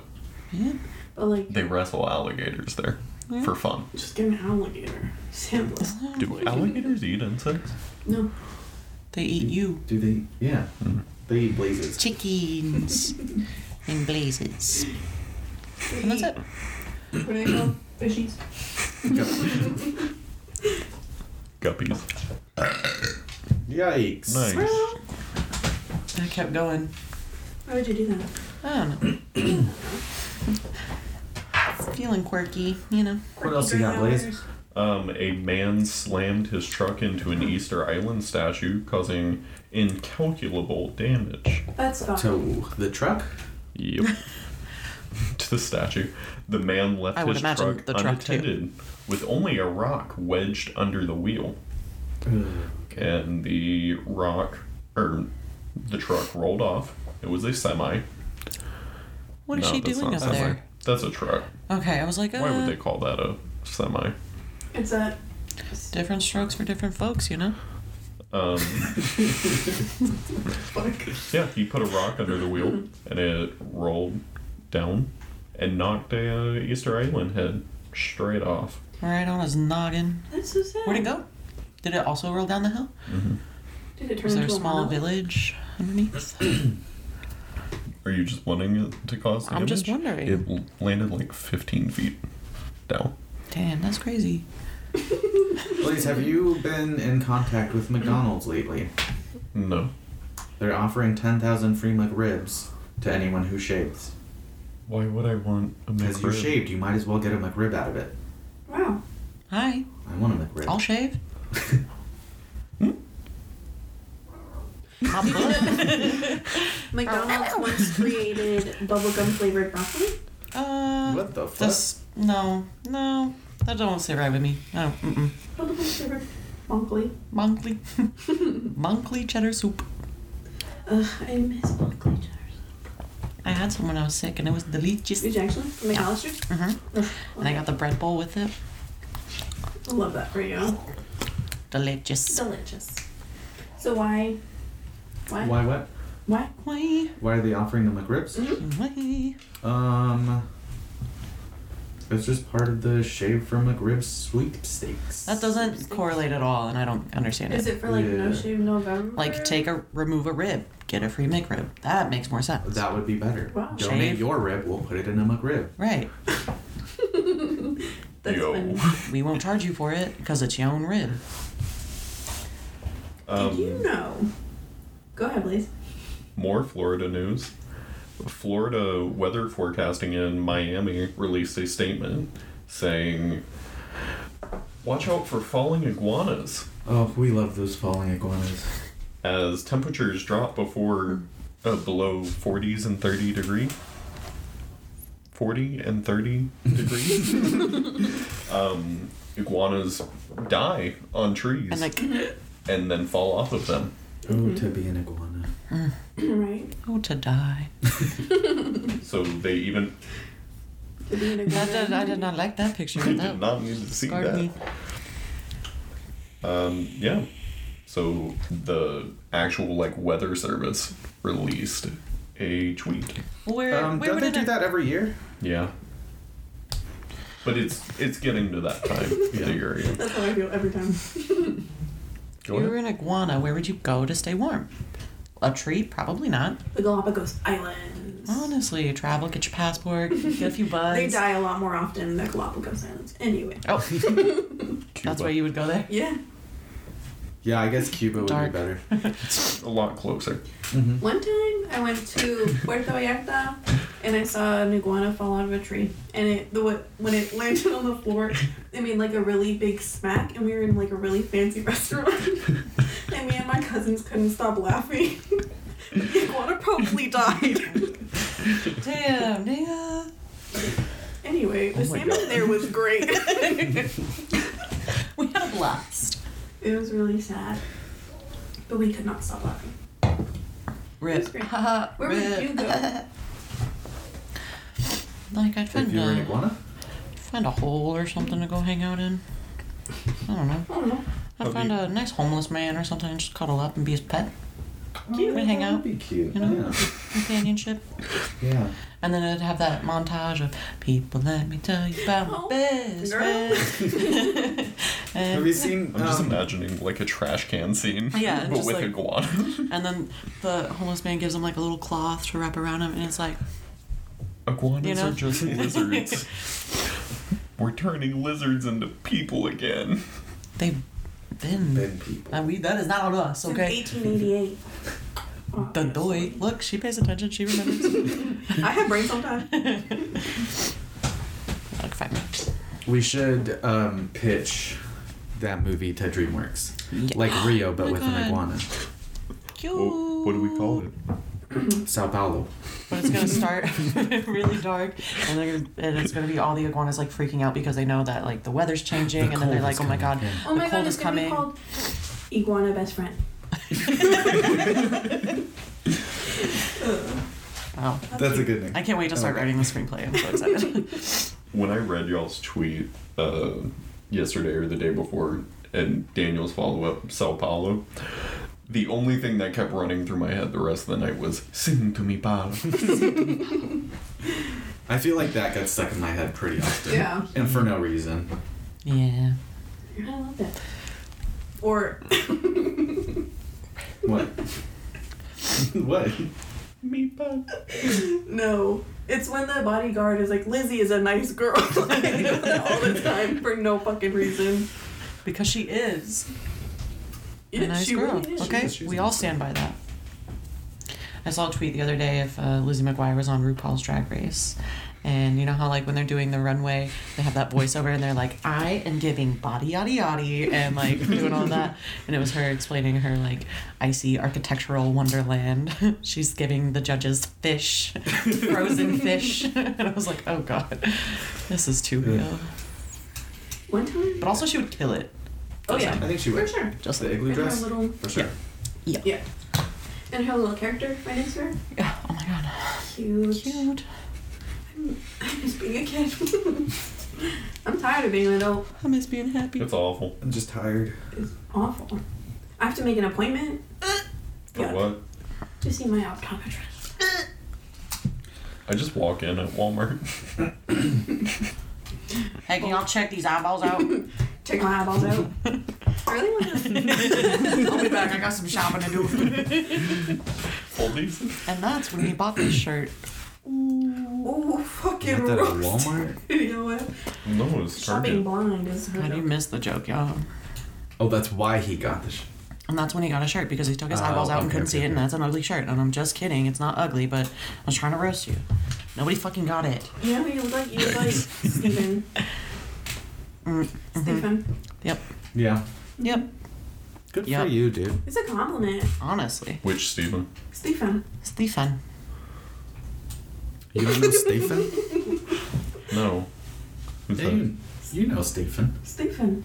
Speaker 3: Yeah.
Speaker 4: But like,
Speaker 6: They wrestle alligators there for fun.
Speaker 4: just get an alligator. Simple.
Speaker 6: Do alligators eat insects?
Speaker 4: No.
Speaker 3: They eat you.
Speaker 5: Do they? Yeah. They eat blazes.
Speaker 3: Chickens and blazes. And that's it.
Speaker 4: What do they call fishies?
Speaker 6: Guppies.
Speaker 5: Yikes.
Speaker 6: Nice.
Speaker 3: I kept going.
Speaker 4: Why would you do that?
Speaker 3: I don't know. Feeling quirky, you know.
Speaker 5: What else you got, Blaze?
Speaker 6: Um, a man slammed his truck into an Easter Island statue, causing incalculable damage.
Speaker 4: That's fine.
Speaker 5: To the truck.
Speaker 6: Yep. to the statue. The man left
Speaker 3: I would
Speaker 6: his
Speaker 3: imagine
Speaker 6: truck
Speaker 3: the truck, too.
Speaker 6: unattended, with only a rock wedged under the wheel. And the rock, or the truck rolled off. It was a semi.
Speaker 3: What is
Speaker 6: No,
Speaker 3: she
Speaker 6: that's
Speaker 3: doing
Speaker 6: not
Speaker 3: up
Speaker 6: a semi.
Speaker 3: there?
Speaker 6: That's a truck.
Speaker 3: Okay, I was like, uh,
Speaker 6: Why would they call that a semi?
Speaker 4: It's a.
Speaker 3: different strokes for different folks, you know?
Speaker 6: Um, yeah, he put a rock under the wheel and it rolled down and knocked a uh, Easter Island head straight off.
Speaker 3: Right on his noggin.
Speaker 4: That's so sad.
Speaker 3: Where'd it go? Did it also roll down the hill?
Speaker 4: Did it turn
Speaker 3: Was there a
Speaker 4: into a
Speaker 3: small
Speaker 4: mountain?
Speaker 3: village underneath?
Speaker 6: Are you just wanting it to cause damage?
Speaker 3: I'm just wondering.
Speaker 6: It l- landed like 15 feet down.
Speaker 3: Damn, that's crazy.
Speaker 5: Blaze, have you been in contact with McDonald's lately?
Speaker 6: No.
Speaker 5: They're offering 10,000 free McRibs to anyone who shaves.
Speaker 6: Why would I want a
Speaker 5: Because you
Speaker 6: McRib?
Speaker 5: shaved, you might as well get a McRib out of it.
Speaker 4: Wow.
Speaker 3: Hi,
Speaker 5: I want a McRib.
Speaker 3: I'll shave.
Speaker 4: McDonald's once created bubblegum flavored broccoli.
Speaker 3: Uh,
Speaker 5: What the fuck?
Speaker 3: This, no, no, that don't sit right with me. No, mm-mm.
Speaker 4: Bubblegum flavored broccoli.
Speaker 3: Monkley, Monkley cheddar soup.
Speaker 4: Ugh, I miss broccoli jars.
Speaker 3: I had some when I was sick, and it was delicious.
Speaker 4: Did you actually? From McAllister?
Speaker 3: Mm-hmm. And I got the bread bowl with it.
Speaker 4: Love that for you.
Speaker 3: Delicious.
Speaker 4: Delicious. So why? Why?
Speaker 5: Why what?
Speaker 4: Why?
Speaker 3: Why?
Speaker 5: Why are they offering them like ribs?
Speaker 3: Why?
Speaker 5: Um, it's just part of the shave from McRib sweepstakes.
Speaker 3: That doesn't correlate at all, and I don't understand
Speaker 4: Is
Speaker 3: it.
Speaker 4: it for like No
Speaker 5: Yeah.
Speaker 4: Shave November?
Speaker 3: Like, take a remove a rib, get a free make rib. That makes more sense.
Speaker 5: That would be better.
Speaker 4: Wow.
Speaker 5: Donate
Speaker 3: Shave.
Speaker 5: your rib. We'll put it in a McRib.
Speaker 3: right.
Speaker 4: That's
Speaker 6: Yo.
Speaker 4: funny.
Speaker 3: We won't charge you for it because it's your own rib.
Speaker 6: Um,
Speaker 4: Did you know? Go ahead, please.
Speaker 6: More Florida news. Florida weather forecasting in Miami released a statement saying, Watch out for falling iguanas
Speaker 5: Oh, we love those falling iguanas.
Speaker 6: as temperatures drop before uh, below 40s and 30 degree. 40 and 30 degrees. um, iguanas die on trees
Speaker 3: And like,
Speaker 6: and then fall off of them.
Speaker 5: Oh, to be an iguana.
Speaker 4: right.
Speaker 3: oh, to die.
Speaker 6: So they even
Speaker 4: To be in a
Speaker 3: I
Speaker 4: good
Speaker 3: did, I did not like that picture.
Speaker 6: they
Speaker 3: That
Speaker 6: did not need to see
Speaker 3: scarred
Speaker 6: that.
Speaker 3: me.
Speaker 6: Um, yeah. So the actual like weather service released a tweet.
Speaker 3: Where,
Speaker 5: Um,
Speaker 3: where
Speaker 5: don't
Speaker 3: would
Speaker 5: they
Speaker 3: it
Speaker 5: do that every year?
Speaker 6: Yeah. But it's it's getting to that time of the
Speaker 5: Yeah.
Speaker 6: year. yeah.
Speaker 4: That's how I feel every time.
Speaker 3: If
Speaker 6: Go
Speaker 3: you
Speaker 6: ahead.
Speaker 3: were an iguana, where would you go to stay warm? A tree? Probably not.
Speaker 4: The Galapagos Islands.
Speaker 3: Honestly, travel, get your passport, get a few buds.
Speaker 4: They die a lot more often than the Galapagos Islands. Anyway.
Speaker 3: Oh, that's
Speaker 6: Cuba.
Speaker 3: why you would go there?
Speaker 4: Yeah.
Speaker 5: Yeah, I guess Cuba would
Speaker 3: Dark.
Speaker 5: be better.
Speaker 6: a lot closer.
Speaker 4: One time I went to Puerto Vallarta and I saw an iguana fall out of a tree. And it the wa- when it landed on the floor, it made like a really big smack. And we were in like a really fancy restaurant. and me and my cousins couldn't stop laughing. the iguana probably died.
Speaker 3: Damn, damn.
Speaker 4: anyway, the
Speaker 6: Oh my
Speaker 4: salmon
Speaker 6: God.
Speaker 4: there was great.
Speaker 3: We had a blast.
Speaker 4: it was really sad. But we could not stop laughing.
Speaker 3: Rip.
Speaker 4: great.
Speaker 3: Haha,
Speaker 4: Where
Speaker 3: rip.
Speaker 4: would you go?
Speaker 3: Like I'd find
Speaker 5: If you were an
Speaker 3: a,
Speaker 5: iguana?
Speaker 3: find a hole or something to go hang out in. I don't know.
Speaker 4: I don't know.
Speaker 3: I'd
Speaker 6: Okay.
Speaker 3: find a nice homeless man or something and just cuddle up and be his pet
Speaker 5: Cute.
Speaker 3: We'd hang out,
Speaker 5: Oh, Be cute.
Speaker 3: you know? companionship.
Speaker 5: Yeah. yeah.
Speaker 3: And then I'd have that montage of people let me tell you about my
Speaker 4: Oh,
Speaker 3: best
Speaker 4: girl.
Speaker 3: friend. and,
Speaker 5: Have you seen?
Speaker 6: I'm just
Speaker 5: um,
Speaker 6: imagining like a trash can scene.
Speaker 3: Yeah,
Speaker 6: But
Speaker 3: just
Speaker 6: with
Speaker 3: like-
Speaker 6: iguana.
Speaker 3: and then the homeless man gives him like a little cloth to wrap around him and it's like
Speaker 6: Iguanas
Speaker 3: You know?
Speaker 6: are just lizards. We're turning lizards into people again.
Speaker 3: they've been,
Speaker 5: Been people.
Speaker 3: And we that is not on us,
Speaker 4: Since
Speaker 3: okay?
Speaker 4: 1888.
Speaker 3: The doy. Look, she pays attention, she remembers.
Speaker 4: I have brain sometimes.
Speaker 3: like five minutes.
Speaker 5: We should um, pitch that movie to DreamWorks, like Rio, but
Speaker 3: Oh my
Speaker 5: with an
Speaker 3: God.
Speaker 5: iguana.
Speaker 3: Cute.
Speaker 6: Well, what do we call it?
Speaker 5: Sao Paulo.
Speaker 3: But it's gonna start really dark, and they're gonna, and it's gonna be all the iguanas like freaking out because they know that like the weather's changing,
Speaker 5: The
Speaker 3: and then they're
Speaker 5: cold
Speaker 3: like,
Speaker 5: is
Speaker 3: oh my god,
Speaker 5: coming, yeah.
Speaker 4: Oh
Speaker 3: the
Speaker 4: my
Speaker 3: cold
Speaker 4: god, it's
Speaker 3: is
Speaker 4: gonna be
Speaker 3: coming.
Speaker 4: called Iguana Best Friend.
Speaker 3: Oh,
Speaker 5: That's a good name.
Speaker 3: I can't wait to start writing the screenplay. I'm so excited.
Speaker 6: when I read y'all's tweet uh, yesterday or the day before, and Daniel's follow up, Sao Paulo, the only thing that kept running through my head the rest of the night was "Sing to me, Paulo."
Speaker 5: I feel like that gets stuck in my head pretty often.
Speaker 4: Yeah.
Speaker 5: And for no reason.
Speaker 3: yeah.
Speaker 4: I love that. Or
Speaker 5: What? what?
Speaker 6: me, Paulo.
Speaker 4: no, it's when the bodyguard is like, Lizzie is a nice girl. I do that all the time for no fucking reason.
Speaker 3: Because she is
Speaker 4: Yeah,
Speaker 3: a nice
Speaker 4: she
Speaker 3: girl.
Speaker 4: really is.
Speaker 3: okay,
Speaker 5: is, she's
Speaker 3: we
Speaker 5: a
Speaker 3: all
Speaker 5: nice
Speaker 3: stand by that. I saw a tweet the other day if uh, Lizzie McGuire was on RuPaul's Drag Race, and you know how like when they're doing the runway, they have that voiceover and they're like, "I am giving body yada yada," and like doing all that, and it was her explaining her like icy architectural wonderland. She's giving the judges fish, frozen fish, and I was like, "Oh god, this is too real."
Speaker 4: One time.
Speaker 3: But also, she would kill it.
Speaker 4: Oh yeah,
Speaker 5: I think she
Speaker 4: for
Speaker 5: would.
Speaker 4: sure.
Speaker 5: Just the igloo
Speaker 4: And her
Speaker 5: dress?
Speaker 4: little,
Speaker 5: For sure.
Speaker 4: yeah. And her little character right next to her.
Speaker 3: Yeah. Oh my god.
Speaker 4: Cute.
Speaker 3: Cute.
Speaker 4: I miss being a kid. I'm tired of being an adult.
Speaker 3: I miss being happy.
Speaker 6: It's awful.
Speaker 5: I'm just tired.
Speaker 4: It's awful. I have to make an appointment
Speaker 6: For
Speaker 4: Yeah.
Speaker 6: what?
Speaker 4: to see my optometrist.
Speaker 6: I just walk in at Walmart.
Speaker 3: Hey, can y'all check these eyeballs out?
Speaker 4: Check my eyeballs out. I really want to.
Speaker 3: I'll be back. I got some shopping to do.
Speaker 6: All these.
Speaker 3: And that's when he bought this shirt.
Speaker 4: Ooh, fucking.
Speaker 5: Got that at
Speaker 4: roasted.
Speaker 5: Walmart?
Speaker 4: you know what?
Speaker 6: No, it's
Speaker 4: Shopping
Speaker 6: Target.
Speaker 4: blind is her.
Speaker 3: God, you missed the joke, y'all.
Speaker 5: Oh, that's why he got the. Sh-
Speaker 3: And that's when he got a shirt because he took his
Speaker 5: Oh,
Speaker 3: eyeballs out and
Speaker 5: okay,
Speaker 3: couldn't
Speaker 5: okay,
Speaker 3: see it, and
Speaker 5: okay.
Speaker 3: that's an ugly shirt. And I'm just kidding. It's not ugly, but I was trying to roast you. Nobody fucking got it.
Speaker 4: You know who you look like? You look like Stephen. Mm-hmm. Stephen.
Speaker 3: Yep.
Speaker 5: yeah.
Speaker 3: Yep.
Speaker 5: Good
Speaker 3: Yep.
Speaker 5: for you, dude.
Speaker 4: It's a compliment.
Speaker 3: Honestly.
Speaker 6: Which Stephen?
Speaker 4: Stephen.
Speaker 3: Stefan.
Speaker 5: You don't know Stephen?
Speaker 6: No. Who's that?
Speaker 5: Dude, you know Stephen.
Speaker 4: Stephen.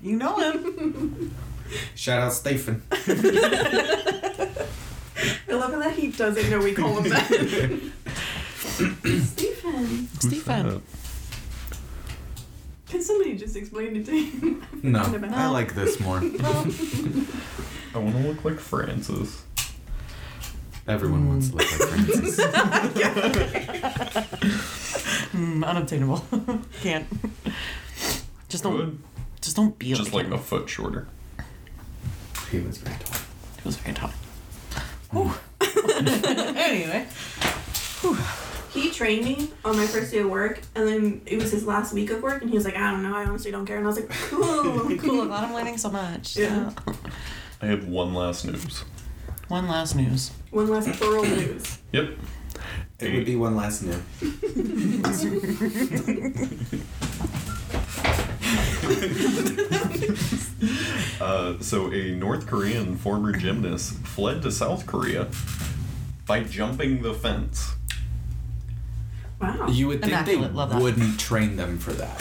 Speaker 3: You know him.
Speaker 5: Shout out Stephen.
Speaker 4: I love that he doesn't know we call him that. Stephen.
Speaker 6: Who's
Speaker 3: Stefan.
Speaker 6: that?
Speaker 4: Can somebody just explain it to you?
Speaker 5: No,
Speaker 4: Never
Speaker 5: I
Speaker 4: mind.
Speaker 5: like this more.
Speaker 6: I want to look like Francis.
Speaker 5: Everyone wants to look like Francis.
Speaker 3: Mm, unobtainable. Can't. Just don't.
Speaker 6: Good.
Speaker 3: Just don't be
Speaker 6: Just like
Speaker 3: him.
Speaker 6: a foot shorter.
Speaker 5: he was very tall.
Speaker 3: It was very tough. anyway,
Speaker 4: He trained me on my first day of work, and then it was his last week of work, and he was like, I don't know, I honestly don't care. And I was like, cool,
Speaker 3: cool.
Speaker 4: cool.
Speaker 3: Glad I'm learning so much.
Speaker 4: Yeah.
Speaker 3: So-
Speaker 6: I have one last news.
Speaker 3: One last news.
Speaker 4: One last thorough news.
Speaker 6: Yep.
Speaker 5: It would be one last new.
Speaker 6: Uh, so a North Korean former gymnast fled to South Korea by jumping the fence.
Speaker 4: Wow.
Speaker 5: You would think they
Speaker 3: Immaculate, love that.
Speaker 5: wouldn't train them for that.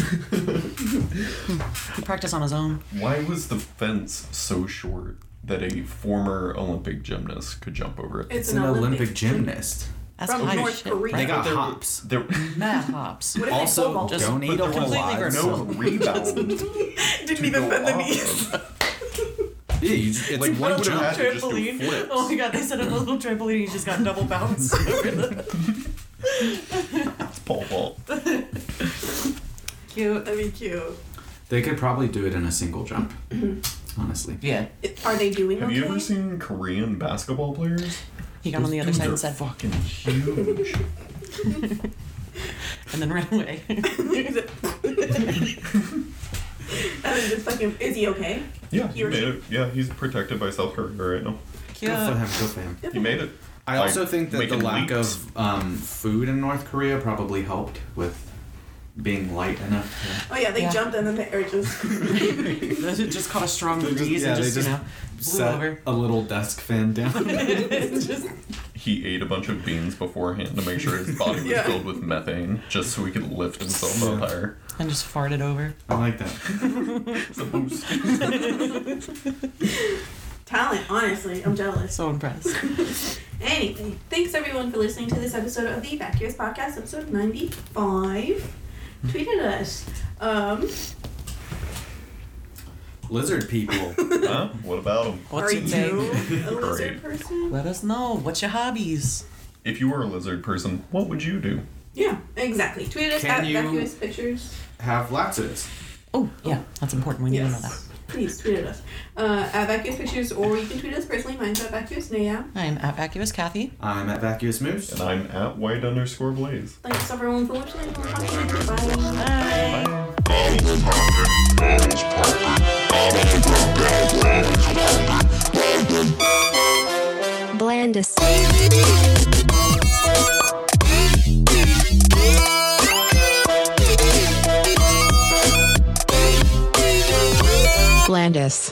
Speaker 3: He practiced on his own.
Speaker 6: Why was the fence so short that a former Olympic gymnast could jump over it?
Speaker 4: it's,
Speaker 5: It's an Olympic gymnast.
Speaker 3: That's
Speaker 4: From
Speaker 3: high
Speaker 4: North
Speaker 3: shit,
Speaker 4: Korea.
Speaker 5: They
Speaker 3: Right?
Speaker 5: got
Speaker 6: There-
Speaker 5: hops.
Speaker 6: There,
Speaker 3: Mad hops.
Speaker 4: What if they
Speaker 5: Also,
Speaker 4: football?
Speaker 3: Just-
Speaker 5: don't eat
Speaker 6: but
Speaker 5: a
Speaker 6: there
Speaker 5: whole
Speaker 6: was
Speaker 5: lot.
Speaker 6: no
Speaker 5: so-
Speaker 6: rebound.
Speaker 4: didn't even bend the knees.
Speaker 5: Yeah, you just, it's one
Speaker 6: would've
Speaker 5: jump.
Speaker 6: had to just do flips.
Speaker 3: Oh my god, they set up a little trampoline and he just got double bounced.
Speaker 6: It's Paul Paul.
Speaker 4: Cute. That'd be cute.
Speaker 5: They could probably do it in a single jump. Honestly.
Speaker 3: yeah.
Speaker 4: Are they doing
Speaker 6: Have
Speaker 4: okay?
Speaker 6: you ever seen Korean basketball players?
Speaker 3: He got on the other
Speaker 6: Dudes
Speaker 3: side
Speaker 6: are
Speaker 3: and said,
Speaker 6: fucking huge.
Speaker 3: and then ran away.
Speaker 4: And then just fucking, is he okay?
Speaker 6: yeah, he
Speaker 4: You're-
Speaker 6: made it. Yeah, he's protected by South Korea right now.
Speaker 5: Good for him.
Speaker 3: Cute.
Speaker 5: Good for him.
Speaker 6: He made it.
Speaker 5: I
Speaker 6: Like,
Speaker 5: also think that the
Speaker 6: making
Speaker 5: lack
Speaker 6: leaps.
Speaker 5: of um, food in North Korea probably helped with being light enough.
Speaker 4: Oh yeah, they
Speaker 3: Yeah.
Speaker 4: jumped and then they are just.
Speaker 3: It just caught a strong
Speaker 5: They
Speaker 3: breeze
Speaker 5: just- yeah,
Speaker 3: and
Speaker 5: they
Speaker 3: just,
Speaker 5: just
Speaker 3: you know,
Speaker 5: To
Speaker 3: blew over.
Speaker 5: a little desk fan down.
Speaker 3: It's just-
Speaker 6: He ate a bunch of beans beforehand to make sure his body was
Speaker 4: Yeah.
Speaker 6: filled with methane, just so he could lift himself up
Speaker 5: Yeah.
Speaker 6: higher.
Speaker 3: and just farted over.
Speaker 5: I like that.
Speaker 6: It's a boost.
Speaker 4: Talent, honestly, I'm jealous.
Speaker 3: So impressed.
Speaker 4: Anyway, thanks everyone for listening to this episode of the Back Years Podcast, episode 95. Tweet at us. Um,
Speaker 5: Lizard people.
Speaker 6: huh? What about him?
Speaker 3: What's
Speaker 4: are
Speaker 3: your thing?
Speaker 4: you a lizard
Speaker 6: Great.
Speaker 4: person?
Speaker 3: Let us know. What's your hobbies?
Speaker 6: If you were a lizard person, what would you do?
Speaker 4: Yeah, exactly. Tweet at us
Speaker 5: Can
Speaker 4: at
Speaker 5: you-
Speaker 4: Back Years Pictures.
Speaker 5: Have laxatives.
Speaker 3: Oh, yeah, that's important. We need to know that.
Speaker 4: Yes. Please tweet at us. Uh, at Back Years Pictures, or you can tweet us personally. Mine's at Back Years Naya.
Speaker 3: I'm at Vacuous Kathy.
Speaker 5: I'm at Vacuous Moose.
Speaker 6: And I'm at white underscore blaze.
Speaker 4: Thanks everyone for watching. We'll talk to you. Bye.
Speaker 6: Bye.
Speaker 2: Blandis. Blandis.